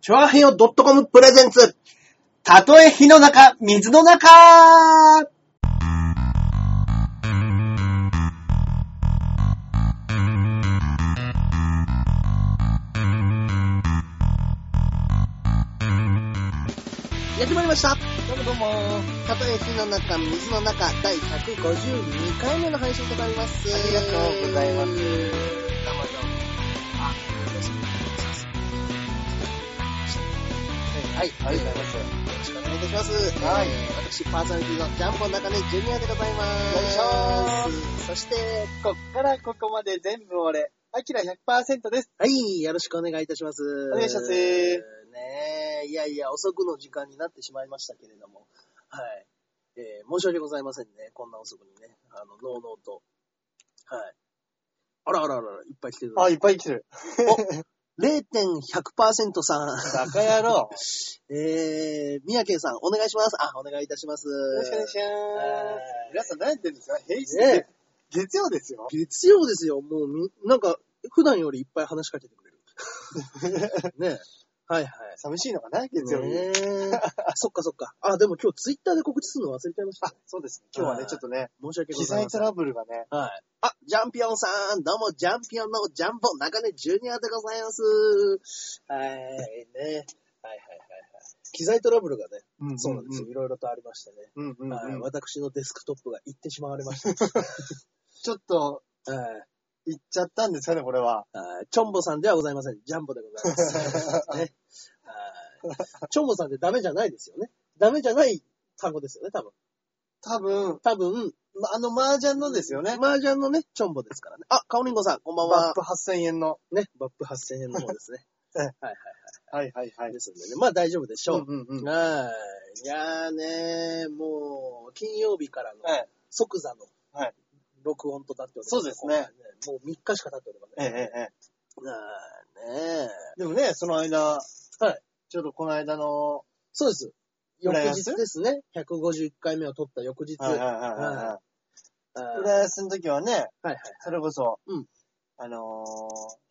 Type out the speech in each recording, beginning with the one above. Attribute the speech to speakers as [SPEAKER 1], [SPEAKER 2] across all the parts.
[SPEAKER 1] チョアヘヨ .com プレゼンツ。たとえ火の中、水の中やってまいりました。どうもどうも。たとえ火の中、水の中、第152回目の配信となります。
[SPEAKER 2] ありがとうございます
[SPEAKER 1] どうもどうも。あ、よろしくお願いします。
[SPEAKER 2] はい、ありがとうございます。よ
[SPEAKER 1] よろしくお願いいたします。
[SPEAKER 2] はい
[SPEAKER 1] えー私、パーソナリティのジャンボ中根ジュニアでございます。
[SPEAKER 2] いしょ
[SPEAKER 1] そ
[SPEAKER 2] そ
[SPEAKER 1] し、
[SPEAKER 2] してて、こっからここまで全部俺、アキラ100%です。
[SPEAKER 1] はい、よろしくお願いいたします。
[SPEAKER 2] お願いします
[SPEAKER 1] ねえ、いやいや、遅くの時間になってしまいましたけれども、はい。えー申し訳ございませんね。こんな遅くにね。あの、ノーノーと。はい。あらあらあら、いっぱい来てる。
[SPEAKER 2] あ、いっぱい来てる。
[SPEAKER 1] 0.100%さん。
[SPEAKER 2] バカ野 郎。よ
[SPEAKER 1] えー、宮家さん、お願いします。あ、お願いいたします。
[SPEAKER 2] ろしくお願いします
[SPEAKER 1] はい。
[SPEAKER 2] 皆さん何やってるんですか平日
[SPEAKER 1] ね
[SPEAKER 2] で。月曜ですよ。
[SPEAKER 1] 月曜ですよ、もうみ、なんか、普段よりいっぱい話しかけてくれる。 ねえ。はいはい。
[SPEAKER 2] 寂しいのかな月曜日。
[SPEAKER 1] ねえそっかそっか。あ、でも今日ツイッターで告知するの忘れちゃいました
[SPEAKER 2] あ
[SPEAKER 1] ね、、
[SPEAKER 2] そうですね。今日は
[SPEAKER 1] は
[SPEAKER 2] ね、
[SPEAKER 1] い
[SPEAKER 2] ちょっとね、
[SPEAKER 1] 申し訳ご
[SPEAKER 2] 機
[SPEAKER 1] ざい
[SPEAKER 2] 材
[SPEAKER 1] ませ
[SPEAKER 2] ト
[SPEAKER 1] ん。
[SPEAKER 2] ラブルがね。
[SPEAKER 1] はい。あ、ジャンピオンさん、どうも、ジャンピオンのジャンボ中根ジュニアでございます。はい、ね。はいはいはいはい。機材トラブルがね、そうなんですよ。いろいろとありましてね。
[SPEAKER 2] うんうん
[SPEAKER 1] は
[SPEAKER 2] う
[SPEAKER 1] い
[SPEAKER 2] ん。
[SPEAKER 1] 私のデスクトップが行ってしまわれました。
[SPEAKER 2] ちょっと、
[SPEAKER 1] はい
[SPEAKER 2] 行っちゃったんですかね、これは。
[SPEAKER 1] はいチョンボさんではございません。ジャンボでございます。 ね、はいチョンボさんってダメじゃないですよね。ダメじゃない単語ですよね、多分。
[SPEAKER 2] 多分、
[SPEAKER 1] 多分、
[SPEAKER 2] まあの麻雀のですよね。
[SPEAKER 1] 麻雀のね、チョンボですからね。あ、カオリンゴさん、こんばん
[SPEAKER 2] バッ
[SPEAKER 1] は
[SPEAKER 2] プ。8000円の。
[SPEAKER 1] ね、バップ8000円の方 ですね。
[SPEAKER 2] ええ
[SPEAKER 1] はいは
[SPEAKER 2] は
[SPEAKER 1] い
[SPEAKER 2] いはいは
[SPEAKER 1] はい。
[SPEAKER 2] い。
[SPEAKER 1] ですんでね、まあ大丈夫でしょう。
[SPEAKER 2] うんうんうん。
[SPEAKER 1] はい。いやーねー、もう、金曜日からの
[SPEAKER 2] はい。
[SPEAKER 1] 即座の
[SPEAKER 2] はい
[SPEAKER 1] 録音となっております。
[SPEAKER 2] そうですね。
[SPEAKER 1] もう3日しか経っておりま
[SPEAKER 2] ええ
[SPEAKER 1] せん。
[SPEAKER 2] ええ。
[SPEAKER 1] はい、ねー。
[SPEAKER 2] でもね、その間、
[SPEAKER 1] はい。
[SPEAKER 2] ちょっとこの間の、
[SPEAKER 1] そうです。翌
[SPEAKER 2] 浦安
[SPEAKER 1] 日ですね。151回目を撮った翌日。
[SPEAKER 2] はいはいはいはいは
[SPEAKER 1] あー
[SPEAKER 2] い。浦安の時はね、
[SPEAKER 1] はいはい
[SPEAKER 2] それこそ、
[SPEAKER 1] うん
[SPEAKER 2] あのー、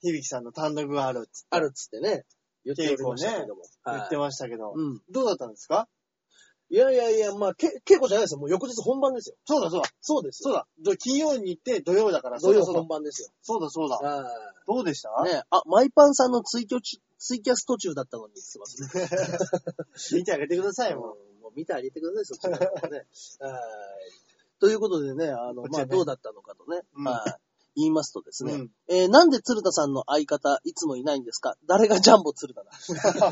[SPEAKER 2] 響さんの単独があるっつ
[SPEAKER 1] あるっつってね。言っておりましたけども。
[SPEAKER 2] 言って
[SPEAKER 1] ま
[SPEAKER 2] ましたけど、
[SPEAKER 1] うん。
[SPEAKER 2] どうだったんですか
[SPEAKER 1] いやいやいや、まあ、け稽古じゃないですよ。もう翌日本番ですよ。
[SPEAKER 2] そうだそうだ、
[SPEAKER 1] そうです
[SPEAKER 2] そうだ、ど金曜に行って土曜だから、
[SPEAKER 1] 土曜
[SPEAKER 2] そうだ
[SPEAKER 1] 本番ですよ。
[SPEAKER 2] そうだ、そうだ、そうだ
[SPEAKER 1] あ
[SPEAKER 2] どうでした、
[SPEAKER 1] あ。ねあ、マイパンさんのツイキャチツイキャス途中だったのに、すいません。
[SPEAKER 2] 見てあげてください、もう。
[SPEAKER 1] うんもう見てあげてください、そっちの 方もね。はい。ということでね、あ
[SPEAKER 2] こ
[SPEAKER 1] の、
[SPEAKER 2] っち
[SPEAKER 1] ま
[SPEAKER 2] はね
[SPEAKER 1] あ、どうだったのかとね。
[SPEAKER 2] うん
[SPEAKER 1] まあ、言いますとですね。
[SPEAKER 2] うん
[SPEAKER 1] えーなんで鶴田さんの相方、いつもいないんですか誰がジャンボ 鶴田だ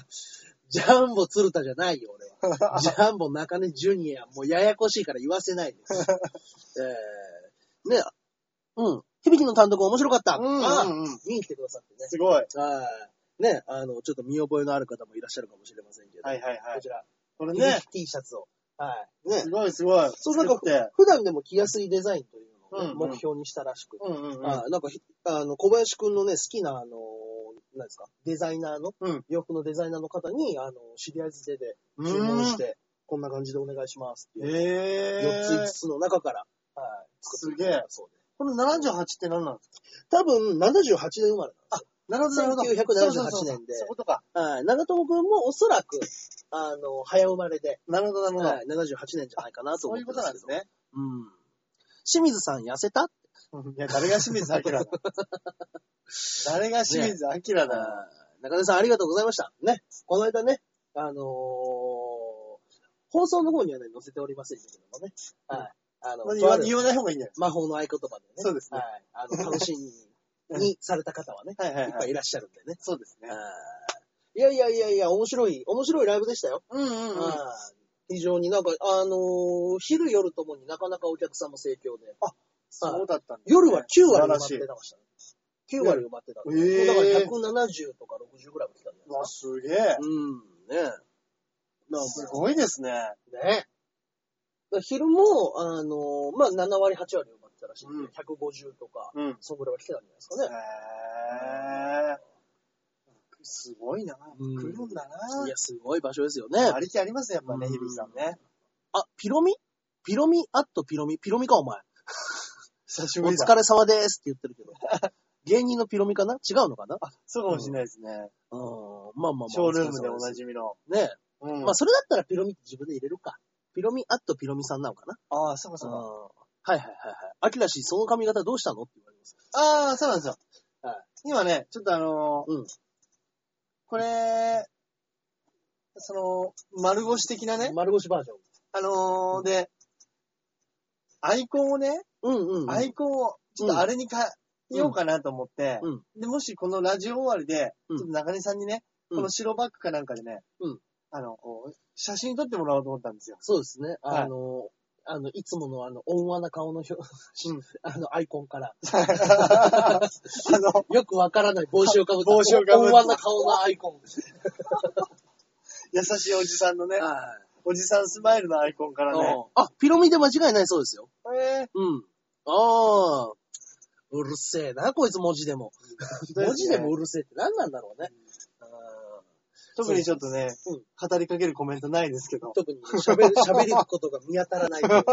[SPEAKER 1] ジャンボ鶴田じゃないよ、俺は。ジャンボ中根ジュニア、もうややこしいから言わせないで。 えー、ね、うん。響きの単独面白かった。
[SPEAKER 2] うん
[SPEAKER 1] ああ
[SPEAKER 2] うんうん
[SPEAKER 1] 見に来てくださってね。
[SPEAKER 2] すごい。はい
[SPEAKER 1] はい。ね、あの、ちょっと見覚えのある方もいらっしゃるかもしれませんけど。
[SPEAKER 2] はいはい。
[SPEAKER 1] こちら、
[SPEAKER 2] これね
[SPEAKER 1] ね、、T シャツを。はい。ね
[SPEAKER 2] す。ごいすごい。
[SPEAKER 1] そうなんか
[SPEAKER 2] 作って、
[SPEAKER 1] 普段でも着やすいデザインというのをね、
[SPEAKER 2] うんうん
[SPEAKER 1] 目標にしたらしくて。
[SPEAKER 2] うんうんうん。
[SPEAKER 1] あなんかひ、あの、小林くんのね、好きな、あの、なんですか、デザイナーの、
[SPEAKER 2] うん
[SPEAKER 1] 洋服のデザイナーの方に、あの、知り合いづてで
[SPEAKER 2] う
[SPEAKER 1] 注文し
[SPEAKER 2] ーん。
[SPEAKER 1] て、こんな感じでお願いしますっていう、
[SPEAKER 2] え
[SPEAKER 1] 4つ5
[SPEAKER 2] ー。
[SPEAKER 1] つの中から、はい、
[SPEAKER 2] す
[SPEAKER 1] 作って
[SPEAKER 2] げえ。
[SPEAKER 1] そうで。
[SPEAKER 2] この78って何なんですか
[SPEAKER 1] 多分、78年生まれなんです
[SPEAKER 2] なるほどなるほど
[SPEAKER 1] 1978
[SPEAKER 2] そうそうそう
[SPEAKER 1] 年で
[SPEAKER 2] そういうことか。
[SPEAKER 1] よ。はい、長友くんもおそらく、あの、早生まれで、
[SPEAKER 2] なるほどなるほど。
[SPEAKER 1] はい、78年じゃないかなと
[SPEAKER 2] そう
[SPEAKER 1] 思っ
[SPEAKER 2] い
[SPEAKER 1] て
[SPEAKER 2] うこ
[SPEAKER 1] ま
[SPEAKER 2] と
[SPEAKER 1] す
[SPEAKER 2] なん
[SPEAKER 1] け
[SPEAKER 2] です。
[SPEAKER 1] ど
[SPEAKER 2] ね。
[SPEAKER 1] うん。清水さん痩せた
[SPEAKER 2] いや、誰が清水明だ誰が清水明だよ。
[SPEAKER 1] 中根さんありがとうございました。ね、この間ね、あのー放送の方にはね、載せておりませんけれどもね、はい。あの、
[SPEAKER 2] まあ言
[SPEAKER 1] とあ
[SPEAKER 2] わ
[SPEAKER 1] る
[SPEAKER 2] 言わない方がいいんだよ。
[SPEAKER 1] 魔法の合言葉でね、
[SPEAKER 2] そうですね、
[SPEAKER 1] はい。あの、楽しみにされた方はね
[SPEAKER 2] はいはい
[SPEAKER 1] っぱ
[SPEAKER 2] はい
[SPEAKER 1] い
[SPEAKER 2] い。
[SPEAKER 1] いらっしゃるんでね。
[SPEAKER 2] そうですね
[SPEAKER 1] あ。ーいやいやいやいや、面白い、面白いライブでしたよ。
[SPEAKER 2] うんう
[SPEAKER 1] あー非常になんか、あのー昼夜ともになかなかお客さんも盛況で、
[SPEAKER 2] そうだったんだ。
[SPEAKER 1] 夜は9割埋まっ
[SPEAKER 2] 素晴
[SPEAKER 1] て
[SPEAKER 2] らし
[SPEAKER 1] ましたね。9割埋まってたんで、
[SPEAKER 2] えー
[SPEAKER 1] もうだから170とか60ぐらいは来たんじ
[SPEAKER 2] い。う
[SPEAKER 1] ゃないですか
[SPEAKER 2] わ、。すげえ。
[SPEAKER 1] うん、ねえ。
[SPEAKER 2] すごいですね。
[SPEAKER 1] ねえ。だから昼も、あのまあ、7割、8割埋まってたらしいんで、
[SPEAKER 2] うん
[SPEAKER 1] 150とか、
[SPEAKER 2] うん。へ
[SPEAKER 1] そんぐらいは来てたんじゃないですかね。
[SPEAKER 2] え。すごいな。来
[SPEAKER 1] うん
[SPEAKER 2] るんだ
[SPEAKER 1] い
[SPEAKER 2] な。
[SPEAKER 1] や、すごい場所ですよね。
[SPEAKER 2] ありきありますね、やっぱね、
[SPEAKER 1] うん
[SPEAKER 2] 響さんね。
[SPEAKER 1] あ、ピロミピロミアットピロミピロミか、お前。
[SPEAKER 2] 久し
[SPEAKER 1] お
[SPEAKER 2] ぶりだ。
[SPEAKER 1] 疲れ様ですって言ってるけど。 芸人のピロミかな違うのかな
[SPEAKER 2] あ、そうかもしれないですね。
[SPEAKER 1] うん。まあまあまあ。
[SPEAKER 2] ショールームでおな
[SPEAKER 1] じ。
[SPEAKER 2] じみの。
[SPEAKER 1] ね。
[SPEAKER 2] うん
[SPEAKER 1] まあ、それだったらピロミって自分で入れるか。ピロミ、アットピロミさんなのかな
[SPEAKER 2] ああ、そうかそうか。
[SPEAKER 1] はいはいはいはい。アキラ氏、その髪型どうしたのって言われます。
[SPEAKER 2] ああ、そうなんですよ。
[SPEAKER 1] はい
[SPEAKER 2] 今ね、ちょっとあのー
[SPEAKER 1] うん
[SPEAKER 2] これ、その、丸腰的なね、
[SPEAKER 1] 丸腰バージョン。
[SPEAKER 2] あのーで、アイコンをね、
[SPEAKER 1] うんうん、うん。
[SPEAKER 2] アイコンを、ちょっとあれに変えようかなと思って、
[SPEAKER 1] うん
[SPEAKER 2] で、もしこのラジオ終わりで、
[SPEAKER 1] うん
[SPEAKER 2] ちょっと中根さんにね、
[SPEAKER 1] うん
[SPEAKER 2] この白バッグかなんかでね、
[SPEAKER 1] うん
[SPEAKER 2] あの、こう写真撮ってもらおうと思ったんですよ。
[SPEAKER 1] そうですね。
[SPEAKER 2] はい
[SPEAKER 1] あの、あの、いつものあの、温和な顔の表、 あの、アイコンから、
[SPEAKER 2] あの、
[SPEAKER 1] よくわからない帽子をかぶった。
[SPEAKER 2] 帽子をかぶった
[SPEAKER 1] 温和な顔のアイコン。
[SPEAKER 2] 優しいおじさんのね、
[SPEAKER 1] は
[SPEAKER 2] おじさんスマイルのアイコンか
[SPEAKER 1] い
[SPEAKER 2] らね、
[SPEAKER 1] あ、ピロミで間違いないそうですよ。
[SPEAKER 2] えー
[SPEAKER 1] うん。ああ。うるせえな、こいつ文字でも。文字でもうるせえって何なんだろうね。うん
[SPEAKER 2] 特にちょっとね、
[SPEAKER 1] うん
[SPEAKER 2] 語りかけるコメントないですけど。
[SPEAKER 1] 特に喋る、 喋ることが見当たらないという。うんと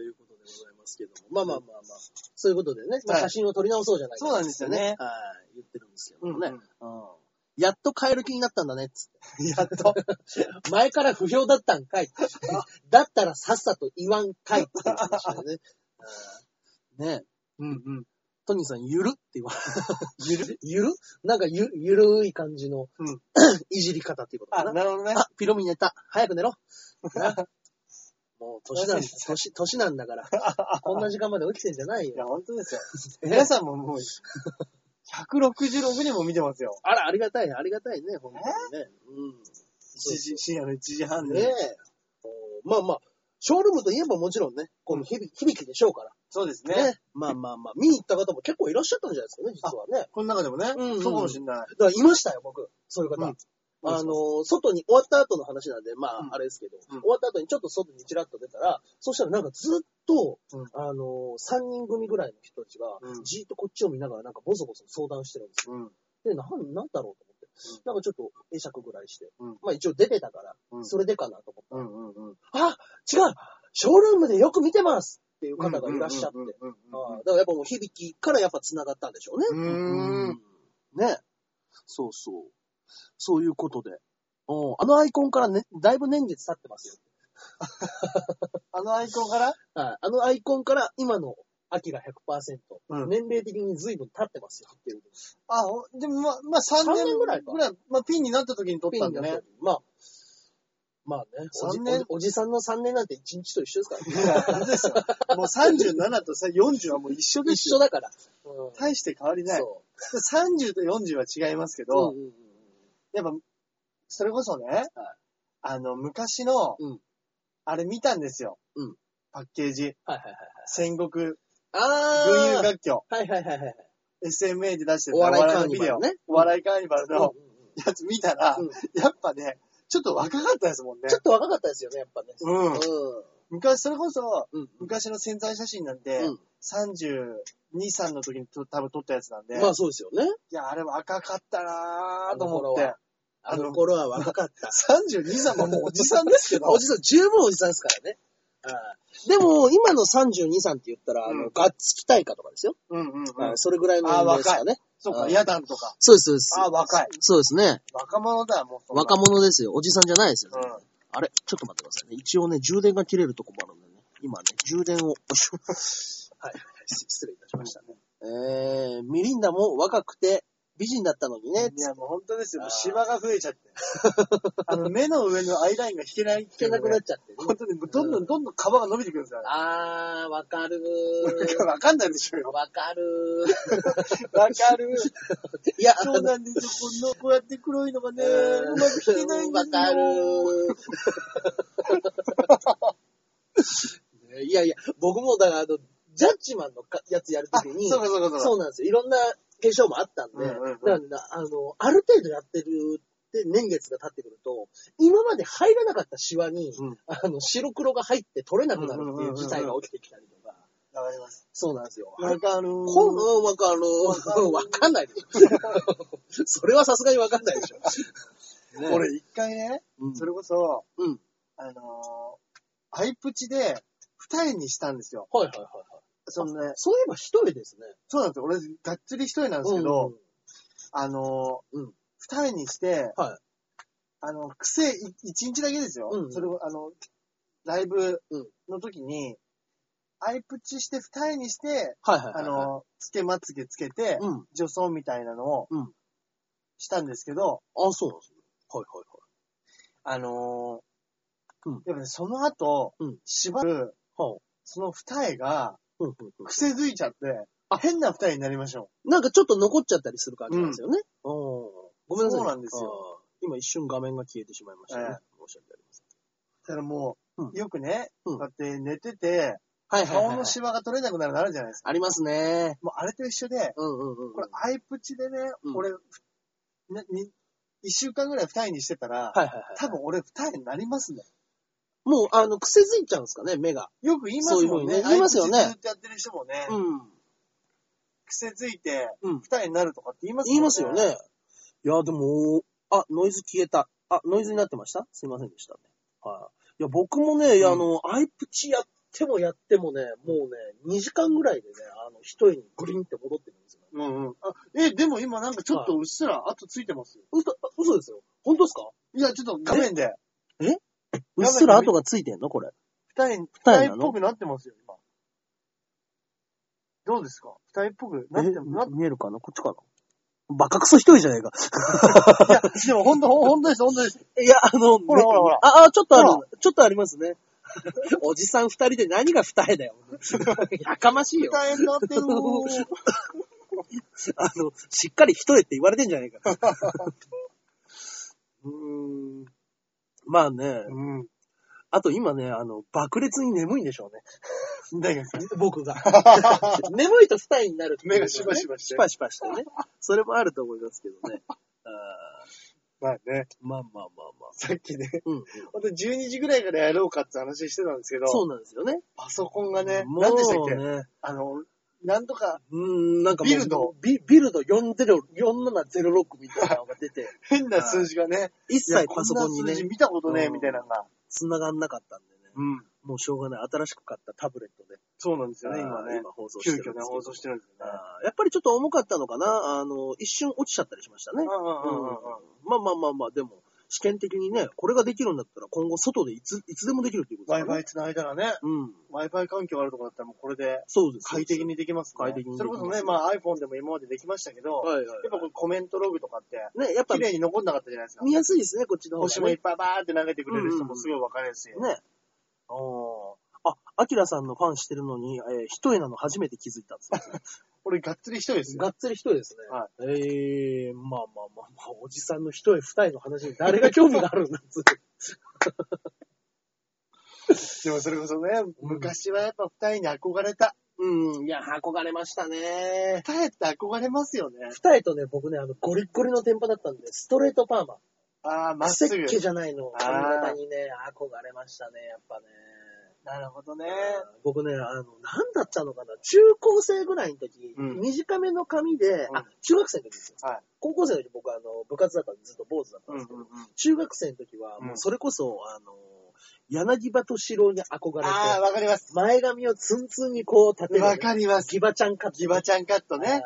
[SPEAKER 1] いうことでございますけども。まあまあまあまあ、そういうことでね、まあ
[SPEAKER 2] はい
[SPEAKER 1] 写真を撮り直そうじゃないか
[SPEAKER 2] そうなんですよね
[SPEAKER 1] はい、言ってるんですけどもね。
[SPEAKER 2] うん
[SPEAKER 1] うんやっと買える気になったんだねっつっ
[SPEAKER 2] やっと。
[SPEAKER 1] て。 前から不評だった んかい。だったらさっさと言わんかいっていう話だよ ね。うんねえ
[SPEAKER 2] うんうん。
[SPEAKER 1] トニーさん、ゆるって言われ ゆるゆるなんかゆ、ゆるい感じの、
[SPEAKER 2] うん
[SPEAKER 1] いじり方っていうことか
[SPEAKER 2] あ、
[SPEAKER 1] な。
[SPEAKER 2] なるほどね。
[SPEAKER 1] あ、ピロミネタ。早く寝 ろ。なもう、年 なんだ、年、年なんだから。こんな時間まで起きてんじゃない
[SPEAKER 2] い
[SPEAKER 1] よ。
[SPEAKER 2] や、本当ですよ。皆さんももう、166人も見てますよ。
[SPEAKER 1] あら、ありがたい、ありがたいね、本当にね。
[SPEAKER 2] 1時、深夜の1時半
[SPEAKER 1] うん。
[SPEAKER 2] に。
[SPEAKER 1] ねえ。おまあまあ、ショールームといえばもちろんね、この響き響きでしょうから。
[SPEAKER 2] そうです
[SPEAKER 1] ね。
[SPEAKER 2] ね。
[SPEAKER 1] まあまあまあ、見に行った方も結構いらっしゃったんじゃないですかね、実はね。
[SPEAKER 2] この中でもね、
[SPEAKER 1] うんうん
[SPEAKER 2] そうかもしれない。
[SPEAKER 1] だからいましたよ、僕。そういう方。
[SPEAKER 2] うん
[SPEAKER 1] あの、外に、終わった後の話なんで、ま
[SPEAKER 2] う
[SPEAKER 1] あ、
[SPEAKER 2] ん
[SPEAKER 1] あれですけど、
[SPEAKER 2] うん
[SPEAKER 1] 終わった後にちょっと外にチラッと出たら、そしたらなんかずっと、
[SPEAKER 2] うん
[SPEAKER 1] あの、3人組ぐらいの人たちが、
[SPEAKER 2] うん
[SPEAKER 1] じーっとこっちを見ながらなんかボソボソ相談してるんです
[SPEAKER 2] うん。
[SPEAKER 1] よ。で、なん、なんだろうと思っ
[SPEAKER 2] う
[SPEAKER 1] て
[SPEAKER 2] ん。
[SPEAKER 1] なんかちょっと会釈ぐらいして、
[SPEAKER 2] うん
[SPEAKER 1] まあ一応出てたから、
[SPEAKER 2] うん
[SPEAKER 1] それでかなと思って、
[SPEAKER 2] うんうんうん。
[SPEAKER 1] あ違うショールームでよく見てますっていう方がいらっしゃって。
[SPEAKER 2] うんうん
[SPEAKER 1] ああだからやっぱもう響きからやっぱ繋がったんでしょうね。
[SPEAKER 2] うん
[SPEAKER 1] うね。そうそう。そういうことで。うんあのアイコンからね、だいぶ年月経ってますよ。
[SPEAKER 2] あのアイコンから
[SPEAKER 1] はい。あのアイコンから今のアキラ100%、
[SPEAKER 2] うん
[SPEAKER 1] 年齢的に随分経ってますよっていう。
[SPEAKER 2] あ、ほでもまあ、まあ3
[SPEAKER 1] 三
[SPEAKER 2] 年
[SPEAKER 1] 年ぐ
[SPEAKER 2] ぐ
[SPEAKER 1] ら
[SPEAKER 2] ら
[SPEAKER 1] い
[SPEAKER 2] い
[SPEAKER 1] か
[SPEAKER 2] ぐらい、まあピンになった時に撮ったんだね。
[SPEAKER 1] まあ、まあね、おじ
[SPEAKER 2] 三年
[SPEAKER 1] おじおじさんの3年なんて1日と一緒ですからね。
[SPEAKER 2] いや、本当ですよ。もう37とさ40はもう一緒です
[SPEAKER 1] 一緒
[SPEAKER 2] よ。
[SPEAKER 1] だから。うん
[SPEAKER 2] 大して変わりない。
[SPEAKER 1] そ
[SPEAKER 2] 30と40は違いますけ
[SPEAKER 1] う。
[SPEAKER 2] ど、
[SPEAKER 1] うんうんうん
[SPEAKER 2] やっぱ、それこそね、あの、昔の、
[SPEAKER 1] うん
[SPEAKER 2] あれ見たんですよ。
[SPEAKER 1] うん
[SPEAKER 2] パッケージ。
[SPEAKER 1] はいはいはい。
[SPEAKER 2] 戦国、軍
[SPEAKER 1] あ
[SPEAKER 2] 友
[SPEAKER 1] ー
[SPEAKER 2] 楽曲、
[SPEAKER 1] はいはいはいはい。
[SPEAKER 2] SMA で出してた
[SPEAKER 1] お笑いカ
[SPEAKER 2] の
[SPEAKER 1] ーニバルね。
[SPEAKER 2] お笑いカーニバル
[SPEAKER 1] うんうん
[SPEAKER 2] のやつ見たら、
[SPEAKER 1] うん
[SPEAKER 2] やっぱね、ちょっと若かったですもんね
[SPEAKER 1] ちょ。っと若かったですよね、やっぱね。
[SPEAKER 2] うん。
[SPEAKER 1] う
[SPEAKER 2] 昔、それこそ、
[SPEAKER 1] ん。うん。
[SPEAKER 2] 昔の潜在写真なんて、
[SPEAKER 1] うん
[SPEAKER 2] 32、3の時にと多分撮ったやつなんで、
[SPEAKER 1] ま
[SPEAKER 2] い
[SPEAKER 1] あそうですよね。
[SPEAKER 2] や、あれ若かったなぁと思っ
[SPEAKER 1] あの頃
[SPEAKER 2] て
[SPEAKER 1] は。あの頃は若かった。
[SPEAKER 2] 32、3はもうおじさんですけど
[SPEAKER 1] お、じさん、十分おじさんですからね。ああでも、今の32、さんって言ったら、あ
[SPEAKER 2] う
[SPEAKER 1] の、
[SPEAKER 2] ん
[SPEAKER 1] ガッツ期待かとかですよ。
[SPEAKER 2] うんうんうん。
[SPEAKER 1] ああそれぐらいの年齢ですかね。
[SPEAKER 2] そう
[SPEAKER 1] う
[SPEAKER 2] か、
[SPEAKER 1] ん
[SPEAKER 2] ヤダンとか。
[SPEAKER 1] そうです、そうです。
[SPEAKER 2] あ、若い。
[SPEAKER 1] そうですね。
[SPEAKER 2] 若者だ、もうそんな。
[SPEAKER 1] 若者ですよ。おじさんじゃないですよ。
[SPEAKER 2] うん。
[SPEAKER 1] あれちょっと待ってくださいね。一応ね、充電が切れるとこもあるんでね。今ね、充電を。はい。失礼いたしましたね。えー、ミリンダも若くて美人だったのにね。
[SPEAKER 2] いや、もう本当ですよ。
[SPEAKER 1] あ
[SPEAKER 2] も
[SPEAKER 1] ー
[SPEAKER 2] うシワが増えちゃって。 あの、目の上のアイラインが引けない。引
[SPEAKER 1] 聞けなくなっ
[SPEAKER 2] ち
[SPEAKER 1] ちゃってね。
[SPEAKER 2] 本当に、どんどんどんどん皮が伸びてくるんですよ。
[SPEAKER 1] あー、わかる
[SPEAKER 2] わかんないでしょうよ。
[SPEAKER 1] わかる
[SPEAKER 2] わかる。
[SPEAKER 1] いや、
[SPEAKER 2] そうなんですよ。この、こうやって黒いのがね、うまく引けないんですよ。
[SPEAKER 1] わかる。 いやいや、僕もだから、あの、ジャッジマンのかやつやると
[SPEAKER 2] あ、
[SPEAKER 1] きに、
[SPEAKER 2] そうかそうかそうか。
[SPEAKER 1] そうなんですよ。いろんな化粧もあったんで、
[SPEAKER 2] うんうんうん
[SPEAKER 1] だからなあの、ある程度やってるって年月が経ってくると、今まで入らなかったシワに、
[SPEAKER 2] うん
[SPEAKER 1] あの、白黒が入って取れなくなるっていう事態が起きてきたりとか、
[SPEAKER 2] わかります。
[SPEAKER 1] そうなんですよ。
[SPEAKER 2] わかる。
[SPEAKER 1] この、わか
[SPEAKER 2] か
[SPEAKER 1] る。
[SPEAKER 2] る
[SPEAKER 1] わかんな いでしょ。それはさすがにわかんないでしょ。俺、
[SPEAKER 2] 俺一回ね、
[SPEAKER 1] うん
[SPEAKER 2] それこそ、
[SPEAKER 1] うん
[SPEAKER 2] あのー、アイプチで二重にしたんですよ。
[SPEAKER 1] はいはいはいはい。
[SPEAKER 2] そのね、
[SPEAKER 1] そういえば一重ですね。
[SPEAKER 2] そうなんですよ。俺、がっつり一人なんですけど、あの、
[SPEAKER 1] うん
[SPEAKER 2] 二人にして、
[SPEAKER 1] はい
[SPEAKER 2] あの、癖い一日だけですよ。
[SPEAKER 1] うん
[SPEAKER 2] それを、あの、ライブ
[SPEAKER 1] うん
[SPEAKER 2] の時に、アイプチして二重にして、
[SPEAKER 1] はいはいは
[SPEAKER 2] あ、
[SPEAKER 1] い。
[SPEAKER 2] の、つけまつげつけて、
[SPEAKER 1] うん。
[SPEAKER 2] 女装みたいなのを
[SPEAKER 1] うん
[SPEAKER 2] したんですけど、
[SPEAKER 1] あ、そうなんですね。はいはいはい。
[SPEAKER 2] あのー
[SPEAKER 1] うん
[SPEAKER 2] やっぱね、その後、
[SPEAKER 1] うん
[SPEAKER 2] しばらく、
[SPEAKER 1] は
[SPEAKER 2] その二重が
[SPEAKER 1] うんうんうん
[SPEAKER 2] 癖づいちゃって、変な二重になりましょ
[SPEAKER 1] なんかちょっと残っちゃったりする感じなんですよね。うん、ごめんなさい。
[SPEAKER 2] そうなんですよ
[SPEAKER 1] あー。今一瞬画面が消えてしまいましたね。
[SPEAKER 2] ええ
[SPEAKER 1] 申し訳ありません。
[SPEAKER 2] う。だからもう、
[SPEAKER 1] うん
[SPEAKER 2] よくね、
[SPEAKER 1] うん
[SPEAKER 2] こうやって寝てて、
[SPEAKER 1] はい
[SPEAKER 2] 顔のシワが取れなくなるのあるじゃないですか。
[SPEAKER 1] ありますね。
[SPEAKER 2] もうあれと一緒で、
[SPEAKER 1] うんうんうん。
[SPEAKER 2] これ、アイプチでね、
[SPEAKER 1] うん
[SPEAKER 2] 俺、なに一週間ぐらい二重にしてたら、
[SPEAKER 1] はいはいはい。
[SPEAKER 2] 多分俺二重になりますね。
[SPEAKER 1] もう、あの、癖づいちゃうんですかね、目が。
[SPEAKER 2] よく言いますもん
[SPEAKER 1] そういうふう
[SPEAKER 2] ね。
[SPEAKER 1] にね言いますよね
[SPEAKER 2] アイプチずっとやってる人もね、
[SPEAKER 1] ん。
[SPEAKER 2] 癖づいて
[SPEAKER 1] うん
[SPEAKER 2] 二重になるとかって言います
[SPEAKER 1] 言いますよ。ね。いや、でも、あ、ノイズ消えた。あ、ノイズになってましたすいませんでしたね。はい。いや、僕もね、いやあの、アイプチやってもやってもね、もうね、2時間ぐらいでね、あの、一重にグリンって戻ってるんですよね。
[SPEAKER 2] うんうん。あ、え、でも今なんかちょっとうっすら後ついてますよ。
[SPEAKER 1] 嘘、嘘ですよ。本当ですか
[SPEAKER 2] いや、ちょっと画面で
[SPEAKER 1] うっすら跡がついてんのこれ。
[SPEAKER 2] 二重、二
[SPEAKER 1] 二
[SPEAKER 2] 重
[SPEAKER 1] 重な
[SPEAKER 2] っ
[SPEAKER 1] の
[SPEAKER 2] ぽくなってますよ、今。どうですか二重っぽくなってもなっ
[SPEAKER 1] え見えるかなこっちかなバカクソ一人じゃねえか。
[SPEAKER 2] いや、でもほんと、ほんほんとです、ほんとです。
[SPEAKER 1] いや、あの、
[SPEAKER 2] ほらほらほら
[SPEAKER 1] あ、あ、ちょっとあ
[SPEAKER 2] ほ
[SPEAKER 1] る。ちょっとありますね。おじさん二人で何が二重 だよ。やかましいよ。
[SPEAKER 2] 二重になってるー。
[SPEAKER 1] あの、しっかり一重って言われてんじゃないか。
[SPEAKER 2] うーん。
[SPEAKER 1] まあね、
[SPEAKER 2] うん。
[SPEAKER 1] あと今ね、あの、爆裂に眠いんでしょうね。
[SPEAKER 2] だけど、
[SPEAKER 1] 僕が。眠いと二重になるっていうのは
[SPEAKER 2] 目が
[SPEAKER 1] ね、
[SPEAKER 2] シバシバ して
[SPEAKER 1] シバシバしてね。それもあると思いますけどね。あー
[SPEAKER 2] まあね、
[SPEAKER 1] まあまあまあまあ。
[SPEAKER 2] さっきね、
[SPEAKER 1] うんうん、
[SPEAKER 2] ほんと12時ぐらいからやろうかって話してたんですけど、
[SPEAKER 1] そうなんですよね。
[SPEAKER 2] パソコンがね、
[SPEAKER 1] もう
[SPEAKER 2] 何でしたっけ
[SPEAKER 1] ね
[SPEAKER 2] あの、なんとか
[SPEAKER 1] うーん、なんかもう
[SPEAKER 2] ビルド
[SPEAKER 1] ビ、ビルド40 4706みたいなのが出 て、
[SPEAKER 2] 変な数字がね、
[SPEAKER 1] 一
[SPEAKER 2] いや
[SPEAKER 1] 切パソコンに
[SPEAKER 2] こんな数字
[SPEAKER 1] ね、
[SPEAKER 2] 見たことねえ
[SPEAKER 1] うん
[SPEAKER 2] みたいなのが。
[SPEAKER 1] 繋がんなかったんでね、
[SPEAKER 2] うん。
[SPEAKER 1] もうしょうがない。新しく買ったタブレットで、
[SPEAKER 2] そうなんですよね、
[SPEAKER 1] あー
[SPEAKER 2] 今ね。
[SPEAKER 1] 今放送して
[SPEAKER 2] 急
[SPEAKER 1] るんです
[SPEAKER 2] 遽ね、
[SPEAKER 1] けど。
[SPEAKER 2] 放送してるんですよね。
[SPEAKER 1] あーやっぱりちょっと重かったのかなあの、一瞬落ちちゃったりしましたね。
[SPEAKER 2] うんうんうんうん。
[SPEAKER 1] まあまあまあまあ、でも、試験的にね、これができるんだったら今後外でいつ、いつでもできるっていうことだね。
[SPEAKER 2] Wi-Fi 繋いだらね、
[SPEAKER 1] うん。
[SPEAKER 2] Wi-Fi 環境あるとこだったらもうこれで
[SPEAKER 1] そうです。
[SPEAKER 2] 快適。にできますね。
[SPEAKER 1] 快適に
[SPEAKER 2] そ
[SPEAKER 1] でき
[SPEAKER 2] れ
[SPEAKER 1] ま
[SPEAKER 2] こ
[SPEAKER 1] す
[SPEAKER 2] そね、まあ iPhone でも今までできましたけど、
[SPEAKER 1] はいはい
[SPEAKER 2] やっぱこれコメントログとかって、
[SPEAKER 1] はい。ね、やっぱ
[SPEAKER 2] 綺麗に残んなかったじゃないですか。
[SPEAKER 1] 見やすいですね、こっちの方
[SPEAKER 2] 星
[SPEAKER 1] が
[SPEAKER 2] もい
[SPEAKER 1] ね
[SPEAKER 2] っ。ぱいバーって投げてくれる人もすごい分かりやすいよね。
[SPEAKER 1] ね。おあ、アキラさんのファンしてるのに、えー一重なの初めて気づいたんですよ。
[SPEAKER 2] 俺がっつり一人ですよ。
[SPEAKER 1] がっつり一重ですね。
[SPEAKER 2] は
[SPEAKER 1] ええまあまあまあまあ、おじさんの一重二重の話に誰が興味があるんだっつって。
[SPEAKER 2] でもそれこそね、昔はやっぱ二人に憧れた。
[SPEAKER 1] うん、いや、憧れましたね。
[SPEAKER 2] 二重って憧れますよね。
[SPEAKER 1] 二重とね、僕ね、あの、ゴリッゴリの天パだったんで、ストレートパーマ。
[SPEAKER 2] ああ、まっす
[SPEAKER 1] 設
[SPEAKER 2] ぐ。
[SPEAKER 1] 計じゃないの。
[SPEAKER 2] あー
[SPEAKER 1] 髪型にね、憧れましたね、やっぱね。
[SPEAKER 2] なるほどね。
[SPEAKER 1] 僕ね、あの、なんだったのかな、中高生ぐらいの時、
[SPEAKER 2] うん
[SPEAKER 1] 短めの髪で、
[SPEAKER 2] うん
[SPEAKER 1] あ、中学生の時ですよ。
[SPEAKER 2] はい
[SPEAKER 1] 高校生の時僕はあの、部活だったんでずっと坊主だったん
[SPEAKER 2] うんう
[SPEAKER 1] で
[SPEAKER 2] ん
[SPEAKER 1] すけど、
[SPEAKER 2] うん。
[SPEAKER 1] 中学生の時は、もうそれこそ、あの、柳葉敏郎に憧れて、
[SPEAKER 2] ああ、わかります。
[SPEAKER 1] 前髪をツンツンにこう立てる、
[SPEAKER 2] わかります。
[SPEAKER 1] ギバちゃんか
[SPEAKER 2] ギバちゃんカット
[SPEAKER 1] は
[SPEAKER 2] ね
[SPEAKER 1] い。